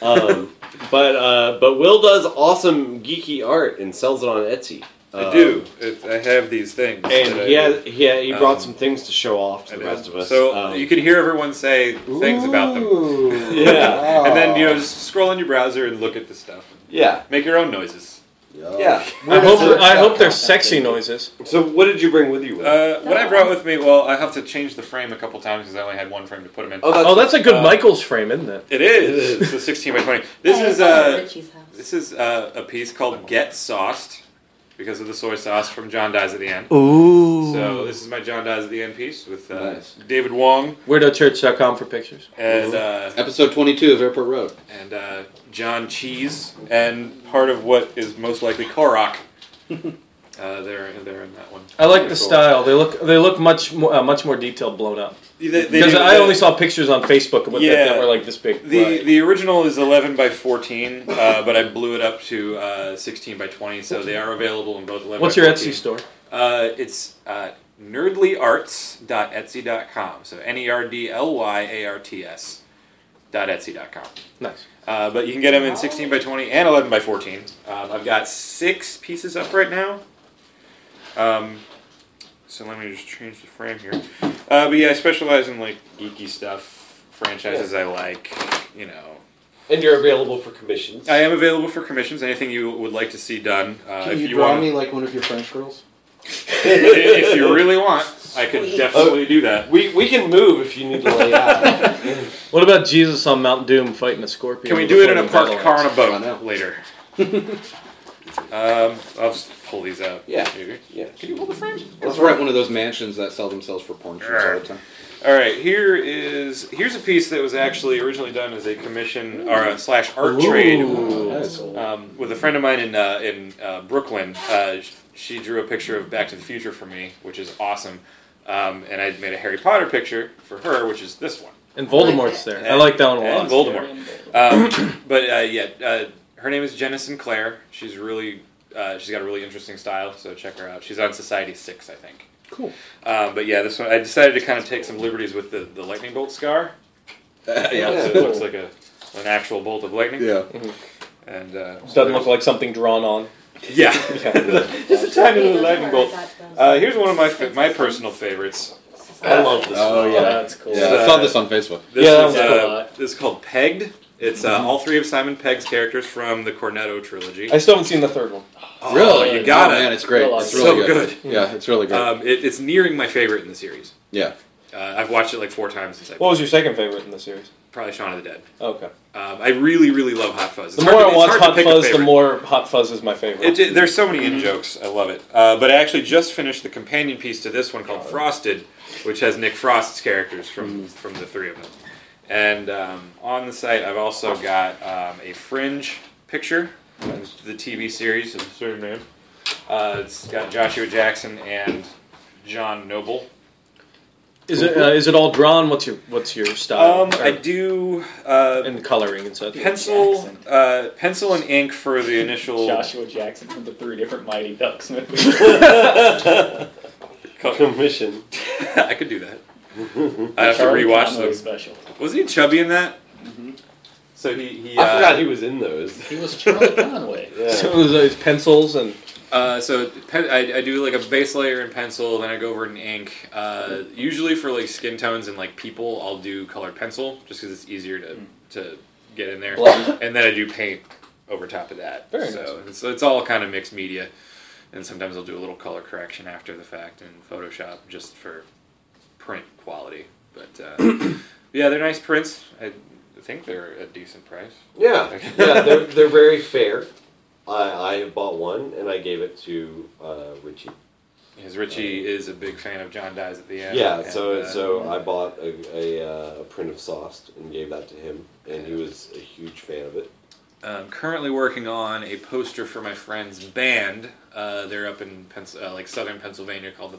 Um, but uh, but Will does awesome geeky art and sells it on Etsy. I Um, do. It, I have these things. And that he I- had, he, had, he brought Um, some things to show off to the I do. rest of us. So Um, you could hear everyone say things about them, Ooh. Oh. Yeah. and then you know just scroll on your browser and look at the stuff. yeah, Make your own noises. yeah. I hope, does it I stop hope they're contacting? sexy noises. So what did you bring with you? Will? Uh, what I brought with me, well, I have to change the frame a couple times because I only had one frame to put them in. Oh, that's a good Uh, Michael's frame, isn't it? It is. It's a 16 by 20. This Hey, is it's all uh, Richie's house. this is uh, a piece called Get Sauced because of the soy sauce from John Dies at the End. Ooh. So this is my John Dies at the End piece with uh, Nice. David Wong WeirdoChurch.com for pictures. and uh, Episode 22 of Airport Road. and uh, John Cheese and part of what is most likely Korok. Uh, they're they're in that one. I like the Cool. style. They look they look much more, uh, much more detailed, blown up. They- they Because do I the- only saw pictures on Facebook with Yeah. that, that were like this big. The Right. the original is 11 by 14, uh, but I blew it up to uh, 16 by 20, so they are available in both 11. What's by your Etsy 14. store? Uh, it's uh, nerdlyarts.etsy.com. So n e r d l y a r t s. Dot etsy.com. Nice. Uh, but you can get them in 16 by 20 and 11 by 14. Um, I've got six pieces up right now. Um, so let me just change the frame here. Uh, but yeah, I specialize in like geeky stuff, franchises I like, you know. and you're available for commissions. I am available for commissions. Anything you would like to see done, uh, Can if you, you, draw want, me like one of your French girls? if you really want, I could definitely do that. we we can move if you need to lay out. What about Jesus on Mount Doom fighting a Oh. scorpion? Can we with do it in a floating battle parked car on a I know. boat later? um, I'll just pull these out. Yeah. Maybe. yeah. Can you pull the frames? Let's rent one of those mansions that sell themselves for porn shoots all the time. All right. Here is here's a piece that was actually originally done as a commission or a slash art trade Oh, That's cool. um, with a friend of mine in uh, in uh, Brooklyn. Uh, sh- she drew a picture of Back to the Future for me, which is awesome. Um, and I made a Harry Potter picture for her, which is this one. And Voldemort's there. I like that one a Oh, lot. And Voldemort. Oh, Um, but uh, yeah, uh, her name is Jenna Sinclair. She's really, uh, she's got a really interesting style. So check her out. She's on Society Six, I think. Cool. Um, but yeah, this one I decided to kind of take some liberties with the, the lightning bolt scar. yeah. So it looks like a an actual bolt of lightning. Yeah. And uh, Doesn't look like something drawn on. yeah, just a tiny little lightning bolt. Uh, here's one of my fa- my personal favorites. I love this. Oh, one. yeah. That's cool. Uh, Yeah, I saw this on Facebook. This Yeah, is, that was uh, cool. this is called Pegged. It's uh, all three of Simon Pegg's characters from the Cornetto trilogy. I still haven't seen the third one. Really? You got oh, it. man, it's great. Real It's awesome. really So good. Yeah, it's really good. Um, it, it's nearing my favorite in the series. yeah. Uh, I've watched it like four times since I What was your second favorite in the series? probably Shaun of the Dead. Okay. Um, I really, really love Hot Fuzz. The It's hard more to- I it's watch hard to Hot pick a Fuzz, the favorite. more Hot Fuzz is my favorite. It, it- there's so many in jokes. I love it. Uh, but I actually just finished the companion piece to this one called Frosted, which has Nick Frost's characters from from the three of them. And um, on the site, I've also got um, a Fringe picture, of the TV series of the same name. Uh, it's got Joshua Jackson and John Noble. Is it uh, is it all drawn? What's your what's your style Um, I do uh, Uh, and coloring and such? pencil Jackson. uh, pencil and ink for the initial Joshua Jackson from the three different Mighty Ducks movies. Commission. I could do that. I have to rewatch Connolly those. special. Was he chubby in that? Mm-hmm. So he, he uh, I forgot he was in those. He was Charlie Conway. Yeah. So it was, uh, it's pencils and uh, so pen, I, I do like a base layer in pencil, then I go over it in ink. Uh, usually for like skin tones and like people, I'll do colored pencil just because it's easier to to get in there, Blend. and then I do paint over top of that. Very so it's, it's all kind of mixed media, and sometimes I'll do a little color correction after the fact in Photoshop just for print quality. But uh, yeah, they're nice prints. I think they're a decent price. Yeah, yeah, they're, they're very fair. I, I have bought one and I gave it to uh, Richie. Because Richie is a big fan of John Dies at the Yeah, End. and, so uh, so I bought a, a, uh, a print of Sauced and gave that to him, and he was a huge fan of it. I'm uh, um, currently working on a poster for my friend's band. Uh, they're up in Pens- uh, like southern Pennsylvania called the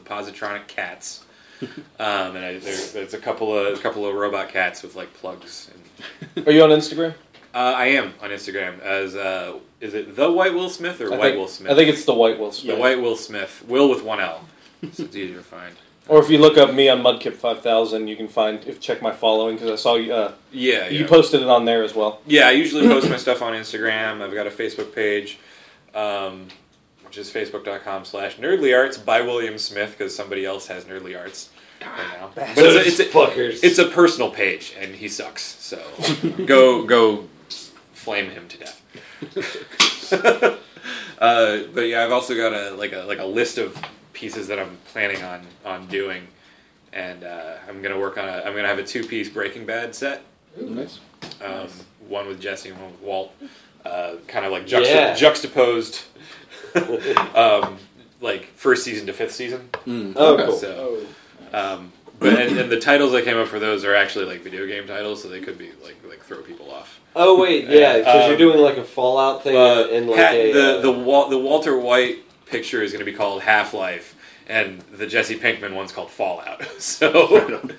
Positronic Cats. Um, and I, there- there's a couple of a couple of robot cats with like plugs. And, are you on Instagram? uh, I am on Instagram as uh, is it the White Will Smith or I White think, Will Smith? I think it's the White Will the Smith. White Will Smith. Will with one L. So it's easier to find. Or if you look up me on Mudkip Five Thousand, you can find if check my following because I saw you. Uh, Yeah, You yeah. posted it on there as well. Yeah, I usually post my stuff on Instagram. I've got a Facebook page, um, which is facebook.com slash nerdly arts by William Smith because somebody else has nerdly arts right now. But it's a, it's, a, fuckers. it's a personal page and he sucks. So go go flame him to death. uh, but yeah, I've also got a like a like a list of pieces that I'm planning on on doing, and uh, I'm gonna work on a I'm gonna have a two piece Breaking Bad set Nice. um, one with Jesse and one with Walt, uh, kind of like juxta- Yeah. juxtaposed, um, like first season to fifth season. Mm. oh, Okay. cool. So, Oh, um, but and, and the titles I came up for those are actually like video game titles, so they could be like like throw people off. oh wait, yeah, because Um, you're doing like a Fallout thing Uh, and like Pat- a, the uh, the Wal- the Walter White picture is going to be called Half Life, and the Jesse Pinkman one's called Fallout. So,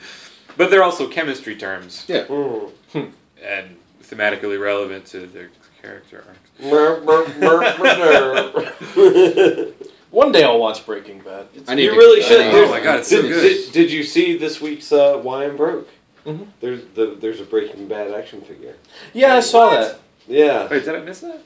but they're also chemistry terms Yeah. mm. and thematically relevant to their character arcs. Mer- mer- mer- mer- One day I'll watch Breaking Bad. I need you to- really I should. need to- Oh my God, it's so did, good. Did, did you see this week's uh, Why I'm Broke? Mm-hmm. Mhm. There's the, there's a Breaking Bad action figure. Yeah, I saw that. Yeah. Wait, did I miss that?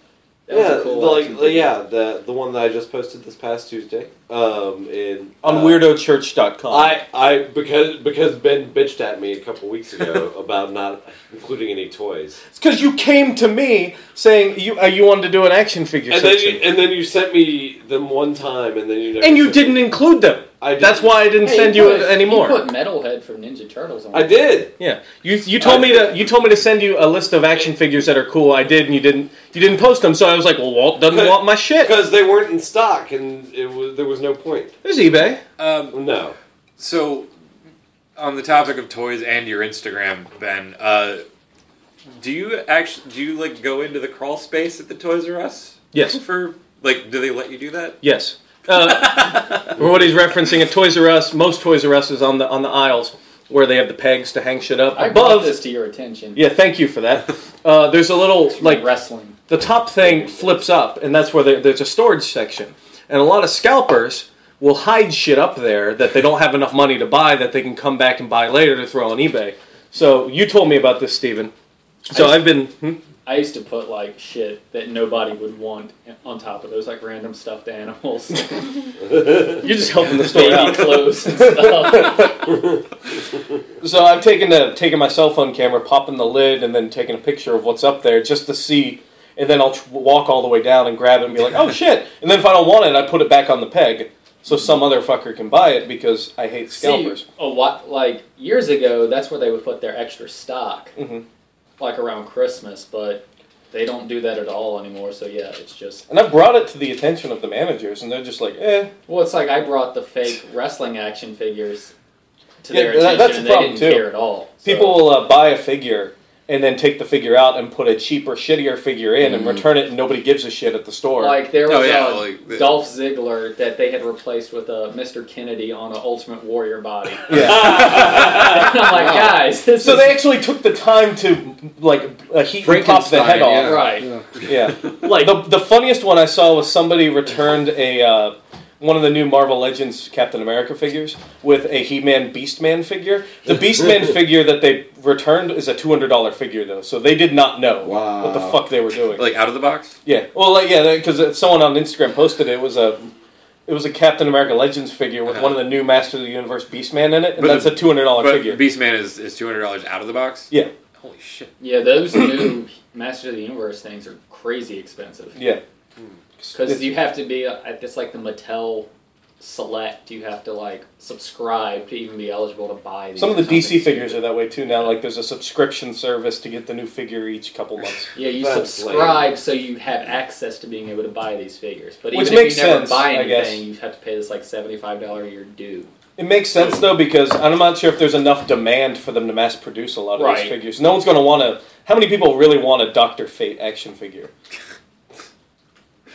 that was yeah, a cool the, like action the- figure. yeah, the the one that I just posted this past Tuesday. Um, in On uh, WeirdoChurch.com. I I because because Ben bitched at me a couple weeks ago about not including any toys, it's because you came to me saying you uh, you wanted to do an action figure and then section, you, and then you sent me them one time, and then you never and you sent them. didn't include them. I didn't. That's why I didn't Hey, send he you put- any more. He put Metalhead for Ninja Turtles on. I did. Yeah, you you told me to you told me to send you a list of action figures that are cool. I did, and you didn't you didn't post them. So I was like, well, Walt doesn't want my shit. Because they weren't in stock, and it was there was no point. There's eBay. Um, No, so, on the topic of toys and your Instagram, Ben, uh, do you actually do you like go into the crawl space at the Toys R Us? Yes. For like, do they let you do that? Yes. Uh, or what he's referencing at Toys R Us. Most Toys R Us is on the on the aisles where they have the pegs to hang shit up. I brought Above this to your attention. Yeah, thank you for that. Uh, there's a little like like wrestling. the top thing flips up, and that's where there, there's a storage section. And a lot of scalpers will hide shit up there that they don't have enough money to buy that they can come back and buy later to throw on eBay. So you told me about this, Stephen. So I've been. Hmm? I used to put like shit that nobody would want on top of those, like random stuffed animals, You're just helping the story baby out. clothes and stuff. So I've taken a, taken my cell phone camera, popping the lid, and then taking a picture of what's up there just to see. And then I'll tr- walk all the way down and grab it and be like, "Oh shit!" And then if I don't want it, I put it back on the peg so some other fucker can buy it because I hate See, scalpers. a what like years ago, that's where they would put their extra stock, Mhm. like around Christmas, but they don't do that at all anymore. So yeah, it's just And I brought it to the attention of the managers, and they're just like, "Eh." well, it's like I brought the fake wrestling action figures to Yeah, their that- attention, that's and the they problem, didn't too. care at all. So- People will uh, buy a figure and then take the figure out and put a cheaper, shittier figure in and Mhm. return it, and nobody gives a shit at the store. Like there was uh, Oh, yeah, a like the- Dolph Ziggler that they had replaced with a Mr. Kennedy on an Ultimate Warrior body. yeah. I'm like, Wow. guys, this so is they actually took the time to like uh, heat and pop the Frankenstein, head yeah. off. right. Yeah. Yeah. Like the, the funniest one I saw was somebody returned a uh, one of the new Marvel Legends Captain America figures with a He-Man Beastman figure. The Beastman figure that they returned is a two hundred dollar figure though, so they did not know Wow. what the fuck they were doing. Like out of the box. yeah, well, like, yeah, because someone on Instagram posted it. it was a it was a Captain America Legends figure with Uh-huh. one of the new Master of the Universe Beastman in it, and But that's the- a two hundred dollar But figure. Beastman is, is two hundred dollars out of the box. Yeah. Holy shit. yeah, those new Master of the Universe things are crazy expensive yeah, because you have to be at this like the Mattel Select. You have to like subscribe to even be eligible to buy these. some of or the DC something. figures are that way too now. Like there's a subscription service to get the new figure each couple months. Yeah, you That's subscribe so you have access to being able to buy these figures. But Which even makes if you never sense, buy I guess. anything, you have to pay this like seventy-five dollar a year due. It makes sense though because I'm not sure if there's enough demand for them to mass produce a lot of Right. these figures. No one's going to want to. How many people really want a Doctor Fate action figure?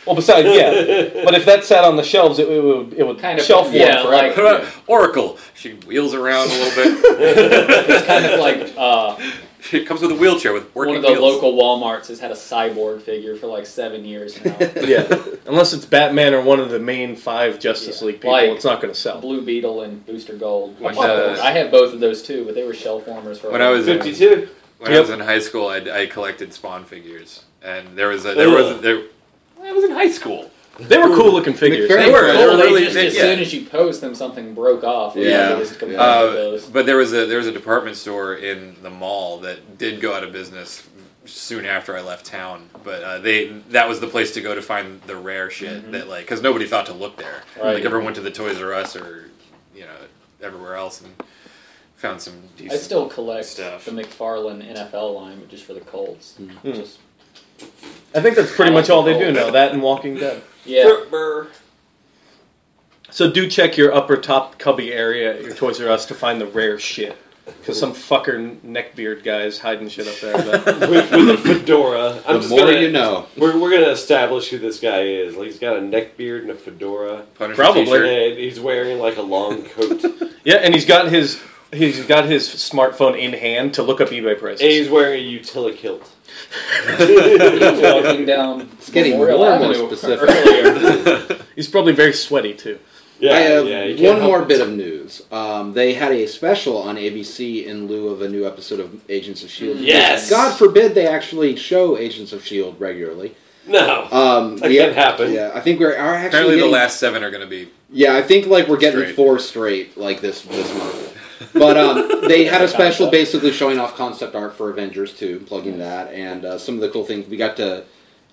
Well, besides, yeah, but if that sat on the shelves, it, it would it would Kind of, shelf warm yeah, forever. like- What about Oracle? She wheels around a little bit. It's kind of like uh, She comes with a wheelchair with one working of the wheels. local Walmarts has had a cyborg figure for like seven years now. yeah, unless it's Batman or one of the main five Justice Yeah. League people, Like- it's not going to A sell. Blue Beetle and Booster Gold. When, I, uh, I have both of those too, but they were shell formers for. a When I while. was in, Fifty-two. when I was in high school, I, I collected Spawn figures, and there was a there Ugh. was a, there. I was in high school. They were cool looking figures. McFerrin- They were. They Well, were they really just, big, as yeah. soon as you post them, something broke off. and Yeah. they just combined Uh, those. But there was a there was a department store in the mall that did go out of business soon after I left town. But uh, they that was the place to go to find the rare shit that like because nobody thought to look there. Mm-hmm. Right. Like everyone went to the Toys R Us or you know everywhere else and found some I decent. still collect stuff. the McFarlane NFL line, but just for the Colts. Hmm. Just- I think that's pretty much all they do now. That and Walking Dead. yeah, So do check your upper top cubby area at your Toys R Us to find the rare shit. Because some fucker neckbeard guy is hiding shit up there. But with, with a fedora. I'm the just more gonna, you know. We're, we're gonna establish who this guy is. Like he's got a neck beard and a fedora, Punisher Probably. t-shirt. and he's wearing like a long coat, and yeah, and he's got his he's got his smartphone in hand to look up eBay prices. he's wearing a utila kilt. he's walking down. It's getting Memorial more and more Avenue specific. Earlier. He's probably very sweaty too. Yeah, I have yeah, you can't one help more it. bit of news. Um, they had a special on ABC in lieu of a new episode of Agents of Shield. Yes! E God forbid they actually show Agents of Shield E regularly. No, Um, That we- can't happen. Yeah, I think we're are actually Apparently, the getting- last seven are going to be Yeah, I think like we're getting Straight. four straight like this this month. But um, they had a special basically showing off concept art for Avengers 2, plugging that, and uh, some of the cool things we got to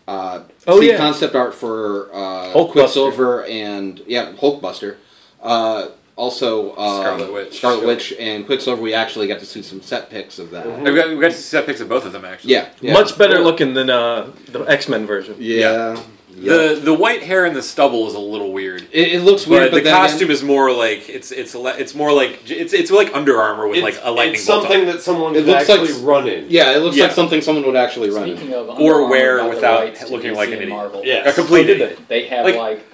uh, Oh, see yeah. concept art for uh, Hulkbuster. Quicksilver and yeah, Hulkbuster. Uh, also, uh, Scarlet Witch. Scarlet Witch and Quicksilver. We actually got to see some set pics of Mm-hmm. that. I've got, we've got set pics of both of them actually. Yeah, yeah. Much better looking than uh, the X Men version. Yeah, yeah. The the white hair and the stubble is a little weird. it, it looks weird, But but the then costume again, is more like it's it's le- it's more like it's it's like Under Armor with It's, like a lightning it's bolt on it. something that someone It could looks like- actually run in. yeah, it looks Yeah. like something someone would actually run. in. Speaking of, Or Under Armour wear by the without rights to looking DC like an and idiot. Marvel. Yes. A complete did idiot. They have Like- like,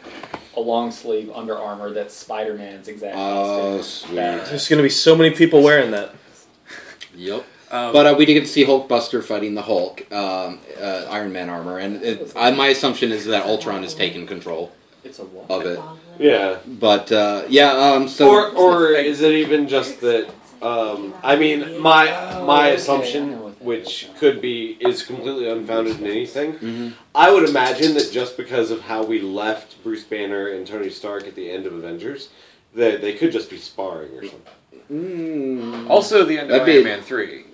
a long sleeve Under Armour that's Spider Man's exact Oh, costume. sweet. That- There's gonna be so many people wearing that. Yep. Um, But uh, we did get to see Hulkbuster fighting the Hulk, um, uh, Iron Man armor, and it, I, my assumption is that Ultron has taken control It's a what? of it. yeah. But uh, yeah, um, so or or is it even just that? Um, I mean, my my Oh, Okay, I assumption know what which could be is completely unfounded in anything. Mm-hmm. I would imagine that just because of how we left Bruce Banner and Tony Stark at the end of Avengers, that they could just be sparring or something. Mm. Also, the end of That'd Iron be- Man three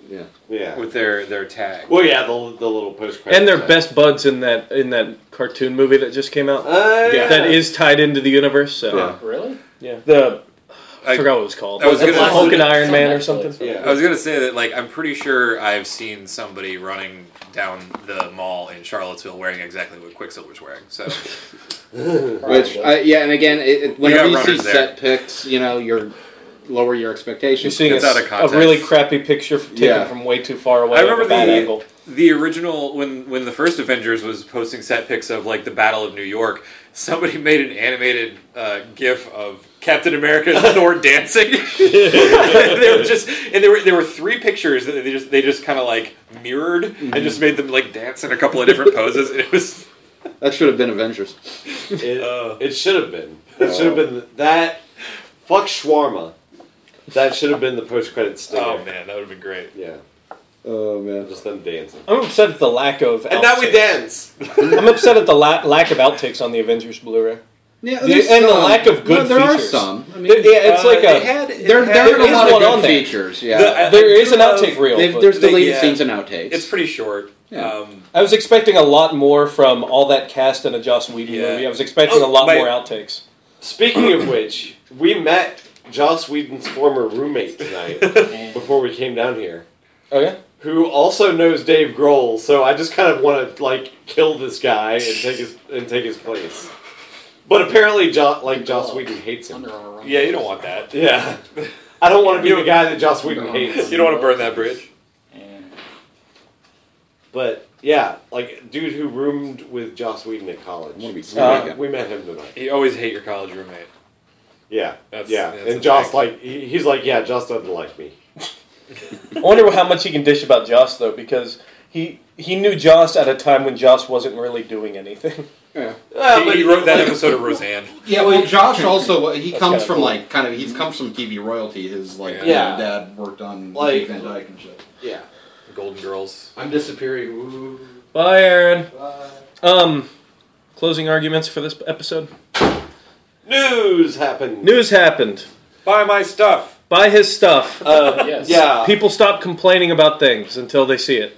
Yeah. with their their tag. Well, yeah, the, the little post credit And they're best buds in that in that cartoon movie that just came out. Uh, Yeah. That is tied into the universe. So Yeah. Really? yeah. the I, I- forgot what it was called. I was It's gonna- like Hulk and Iron It's on Man or Netflix. something. Yeah. I was gonna say that like I'm pretty sure I've seen somebody running down the mall in Charlottesville wearing exactly what Quicksilver's wearing. So Which, Probably. uh, yeah, and again, it, it, whenever got you see runners there. set picks, you know, you're lower your You're expectations. seeing It's a, out of a context. really crappy picture f- taken Yeah. from way too far away. I remember at a bad the- angle. the original when when the first Avengers was posting set pics of like the Battle of New York, somebody made an animated uh, GIF of Captain America and Thor dancing. they were just and there were there were three pictures that they just they just kind of like mirrored and just made them like dance in a couple of different poses. It was That should have been Avengers. It, Oh. it should have been. It should have been that. Fuck shawarma. That should have been the post credit stinger. oh man, that would have been great. Yeah, Oh man. just them dancing. I'm upset at the lack of. And now we outtakes. dance. I'm upset at the la- lack of outtakes on the Avengers Blu-ray. Yeah, The- there's and the some. lack of good No, there features. are some. I mean, There- yeah, it's Uh, like they a had- there, it there had- are is a lot one of on good there. features. Yeah, The- I- there I is do an love- outtake reel. They've- but there's they- deleted yeah. scenes and outtakes. It's pretty short. Yeah. Um, I was expecting a lot more from all that cast in a Joss Whedon Yeah. movie. I was expecting Oh, a lot my- more outtakes. Speaking of which, we met Joss Whedon's former roommate tonight before we came down here, Oh yeah, who also knows Dave Grohl. So I just kind of want to like kill this guy and take his and take his place. But apparently, jo- like Joss Whedon hates him. Under Armour Rumble. yeah, you don't want that. Yeah, I don't want to be the guy that Joss Whedon hates. You don't want to burn that bridge. And- But yeah, like dude who roomed with Joss Whedon at college. I'm gonna be We smart met- again. we met him tonight. You always hate your college roommate. Yeah, That's- yeah. that's a and Joss fact. like he, he's like, yeah, Joss doesn't like me. I wonder how much he can dish about Joss though, because he he knew Joss at a time when Joss wasn't really doing anything. Yeah. he, he wrote that episode of Roseanne. Yeah, well, Josh also he That's comes kinda from cool. like kind of he's comes from TV royalty. His like Yeah. you know, Yeah. dad worked on Like- like Van Dyke and shit. Yeah. Golden Girls. I'm disappearing. Ooh. Bye, Aaron. Bye. Um, closing arguments for this episode. News happened. News happened. Buy my stuff. Buy his stuff. Uh, Yes. Yeah. People stop complaining about things until they see it.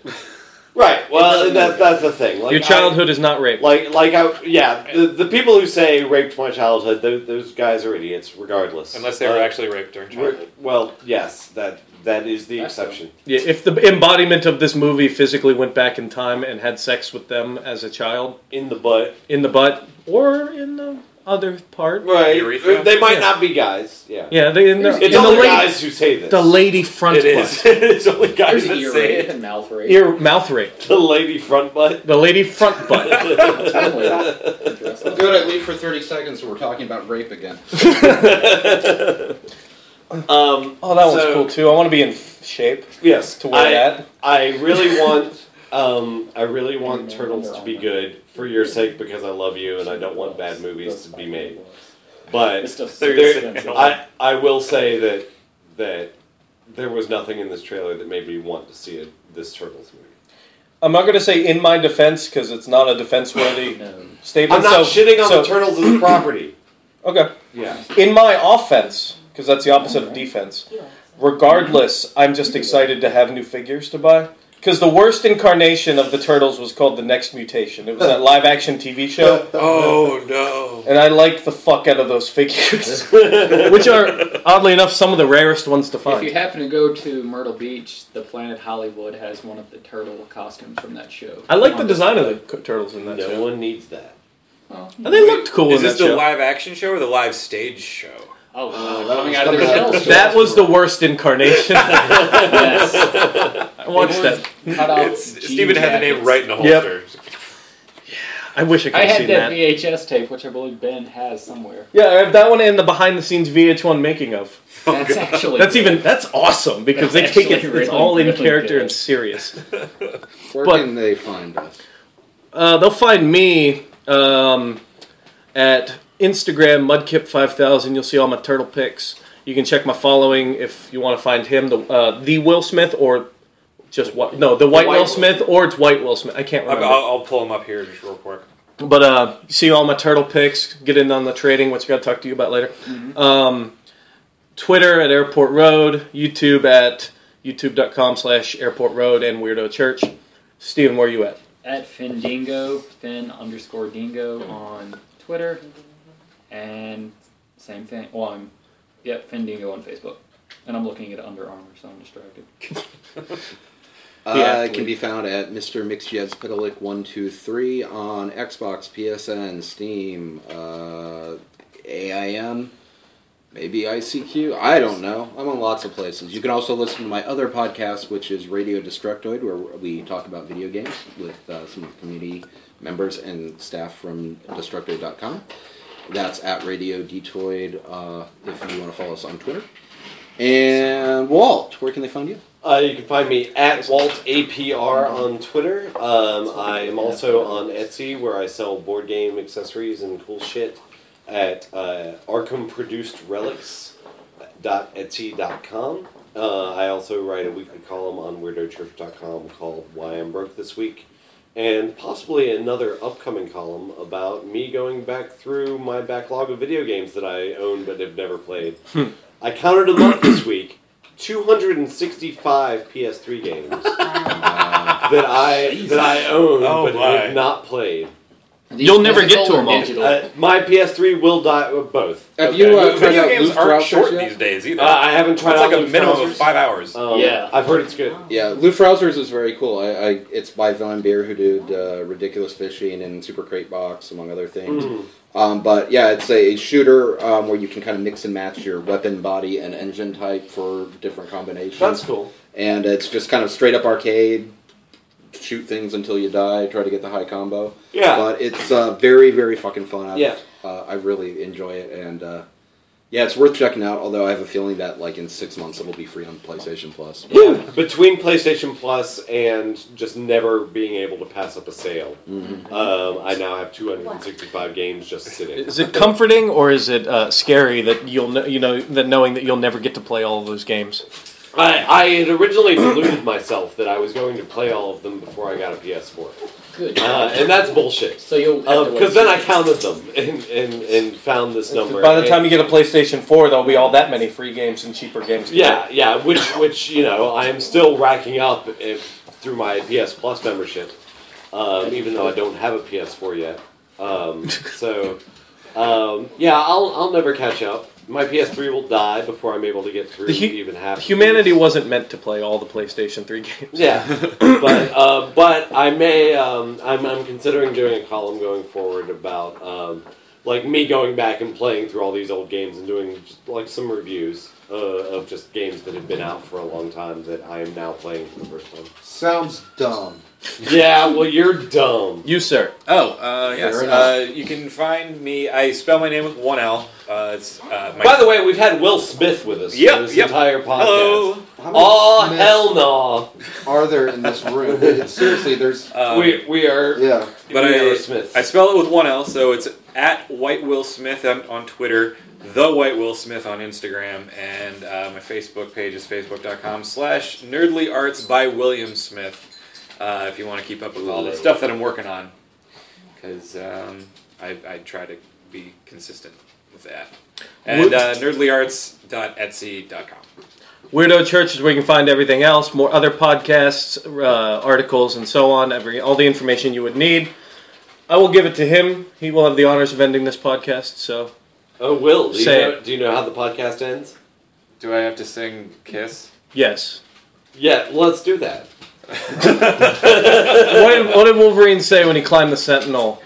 Right. Well, and that, that's the thing. Like, Your childhood is not I, rape. like, like I, yeah. The, the people who say raped my childhood, those, those guys are idiots, regardless. Unless they were Uh, actually raped during we're- childhood. Well, yes, that that is the That's exception. Yeah, if the embodiment of this movie physically went back in time and had sex with them as a child In the butt. in the butt or in the other part. Right. Urethra? They might Yeah. not be guys. Yeah. Yeah, they in the, in It's the only lady, guys who say this. the lady front It butt. is. it's only guys There's that ear say rape it. and mouth rape. Ear mouth rape. the lady front butt. The lady front butt. Totally interesting. Good. I leave for thirty seconds. We're talking about rape again. Um. Oh, that one's So- cool too. I want to be in f- shape Yes. to wear I- that. I really want, um, I really want Turtles to be good for your sake because I love you and I don't want bad movies to be made. It's But just There- there, I, I will say that that there was nothing in this trailer that made me want to see a, this Turtles movie. I'm not going to say in my defense because it's not a defense-worthy I'm statement. not so, shitting on so, the Turtles as a property. Okay. Yeah. In my offense, because that's the opposite of defense. Regardless, I'm just excited to have new figures to buy. Because the worst incarnation of the Turtles was called The Next Mutation. It was that live action TV show. Oh no. And I liked the fuck out of those figures. Which are, oddly enough, some of the rarest ones to If you find. happen to go to Myrtle Beach, the Planet Hollywood has one of the turtle costumes from that show. I like the On design of the c- turtles in that No show. one needs that. Oh, And they looked cool Is in this that the show. live action show or the live stage show? oh, Oh, that coming was out of their coming out of shells. the that was the worst incarnation. I yes. watched that. Cut out It's, jean Steven had the name jackets. right in the Yep. holster. I wish I could I have had seen that that. VHS tape, which I believe Ben has somewhere. Yeah, I have that one in the behind the scenes VH1 making of. That's actually That's even that's awesome because they That's take it actually it's really, all in really character good. and serious. Where But- can they find us? Uh, they'll find me um, at Instagram mudkip5000. You'll see all my turtle pics. You can check my following if you want to find him, the uh, the Will Smith or Just what? No, the White White Will Will. Smith or it's White Will Smith. I can't I'll, remember. I'll I'll pull them up here just real quick. But uh, see all my turtle picks. Get in on the trading, which I got to talk to you about later. Um, Twitter at Airport Road, YouTube at youtube.com/slash Airport Road and Weirdo Church. Steven, where you at? At Findingo, Fin underscore Dingo on Twitter, and same thing. Well, I'm yep Findingo on Facebook, and I'm looking at Under Armour, so I'm distracted. Uh, Yeah. it can be found at Mr. Mixjed's Pedalic one two three on Xbox, PSN, Steam, uh, AIM, maybe ICQ. I don't know. I'm on lots of places. You can also listen to my other podcast, which is Radio Destructoid, where we talk about video games with uh, some of the community members and staff from Destructoid.com. That's at Radio Detoid. Uh, if you want to follow us on Twitter. And Walt, where can they find you? Uh, you can find me at Walt APR on Twitter. Um, I am also on Etsy where I sell board game accessories and cool shit at uh, Arkham Produced Relics. Etsy.com. Uh, I also write a weekly column on WeirdoChurch.com called Why I'm Broke This Week, and possibly another upcoming column about me going back through my backlog of video games that I own but have never played. I counted them up this week 265 PS3 games that I that I own Oh, but my. have not played. You'll never get to 'em all. Uh, my PS3 will die. uh, Both. Have Okay. you uh, Video tried out games Loose aren't Trousers short yet? these days either. Uh, I haven't tried it's out like a Loose minimum Trousers. of five hours. Um, Yeah. I've heard it's good. Yeah, Lou Frausers is very cool. I, I it's by Von Beer who did uh, Ridiculous Fishing and Super Crate Box among other things. Mm. Mm. Um, but yeah, it's a, shooter um, where you can kind of mix and match your weapon, body, and engine type for different combinations. That's cool. and it's just kind of straight up arcade. Shoot things until you die. Try to get the high combo. Yeah. but it's uh, very very fucking fun. I've- Yeah. uh, I really enjoy it, and uh, yeah, it's worth checking out. Although I have a feeling that like in six months it'll be free on PlayStation Plus. Between PlayStation Plus and just never being able to pass up a sale, um, I now have 265 games just sitting. Is it comforting or is it uh, scary that you'll kn- you know that knowing that you'll never get to play all of those games? I, I had originally deluded myself that I was going to play all of them before I got a PS4, Good. uh, and that's bullshit. so you'll have to wait. Because Uh, then I counted them and, and, and found this number. By the And- time you get a PlayStation Four, there'll be all that many free games and cheaper games. to Yeah, yeah, which which you know I'm still racking up if, through my PS Plus membership, um, even though I don't have a PS4 yet. Um, so, um, yeah, I'll I'll never catch up. My PS3 will die before I'm able to get through The hu- even half. of Humanity these. wasn't meant to play all the PlayStation Three games. Yeah, but uh, but I may um, I'm I'm considering doing a column going forward about um, like me going back and playing through all these old games and doing just, like some reviews uh, of just games that have been out for a long time that I am now playing for the first time. Sounds dumb. Yeah, well you're dumb. You sir, Oh, uh, yes. Fair enough. Uh, you can find me. I spell my name with one L. Uh, it's uh, my By the way, we've had Will Smith with us Yep, for this yep. entire podcast. hello. How many Oh Smiths hell no! Are there in this room? It's- Seriously, there's Um, we we are yeah. but we I- are Smiths. I spell it with one L, so it's at White Will Smith on, on Twitter, the White Will Smith on Instagram, and uh, my Facebook page is facebook.com slash nerdly arts by William Smith. Uh, if you want to keep up with all the stuff that I'm working on, because um, I, I try to be consistent with that. And uh, nerdlyarts.etsy.com. Weirdo Church is where you can find everything else, more other podcasts, uh, articles, and so on. Every all the information you would need. I will give it to him. He will have the honors of ending this podcast. So oh Will, do you, Say know, it. do you know how the podcast ends? Do I have to sing Kiss? yes, Yeah, let's do that. what did, what did Wolverine say when he climbed the Sentinel?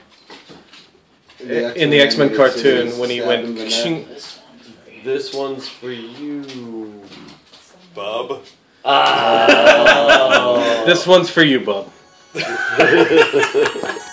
in the X Men animated cartoon series, when he stabbed went. him in "Kshing." This one's for you. Um, Bub. Ah. Oh. This one's for you, Bob. that.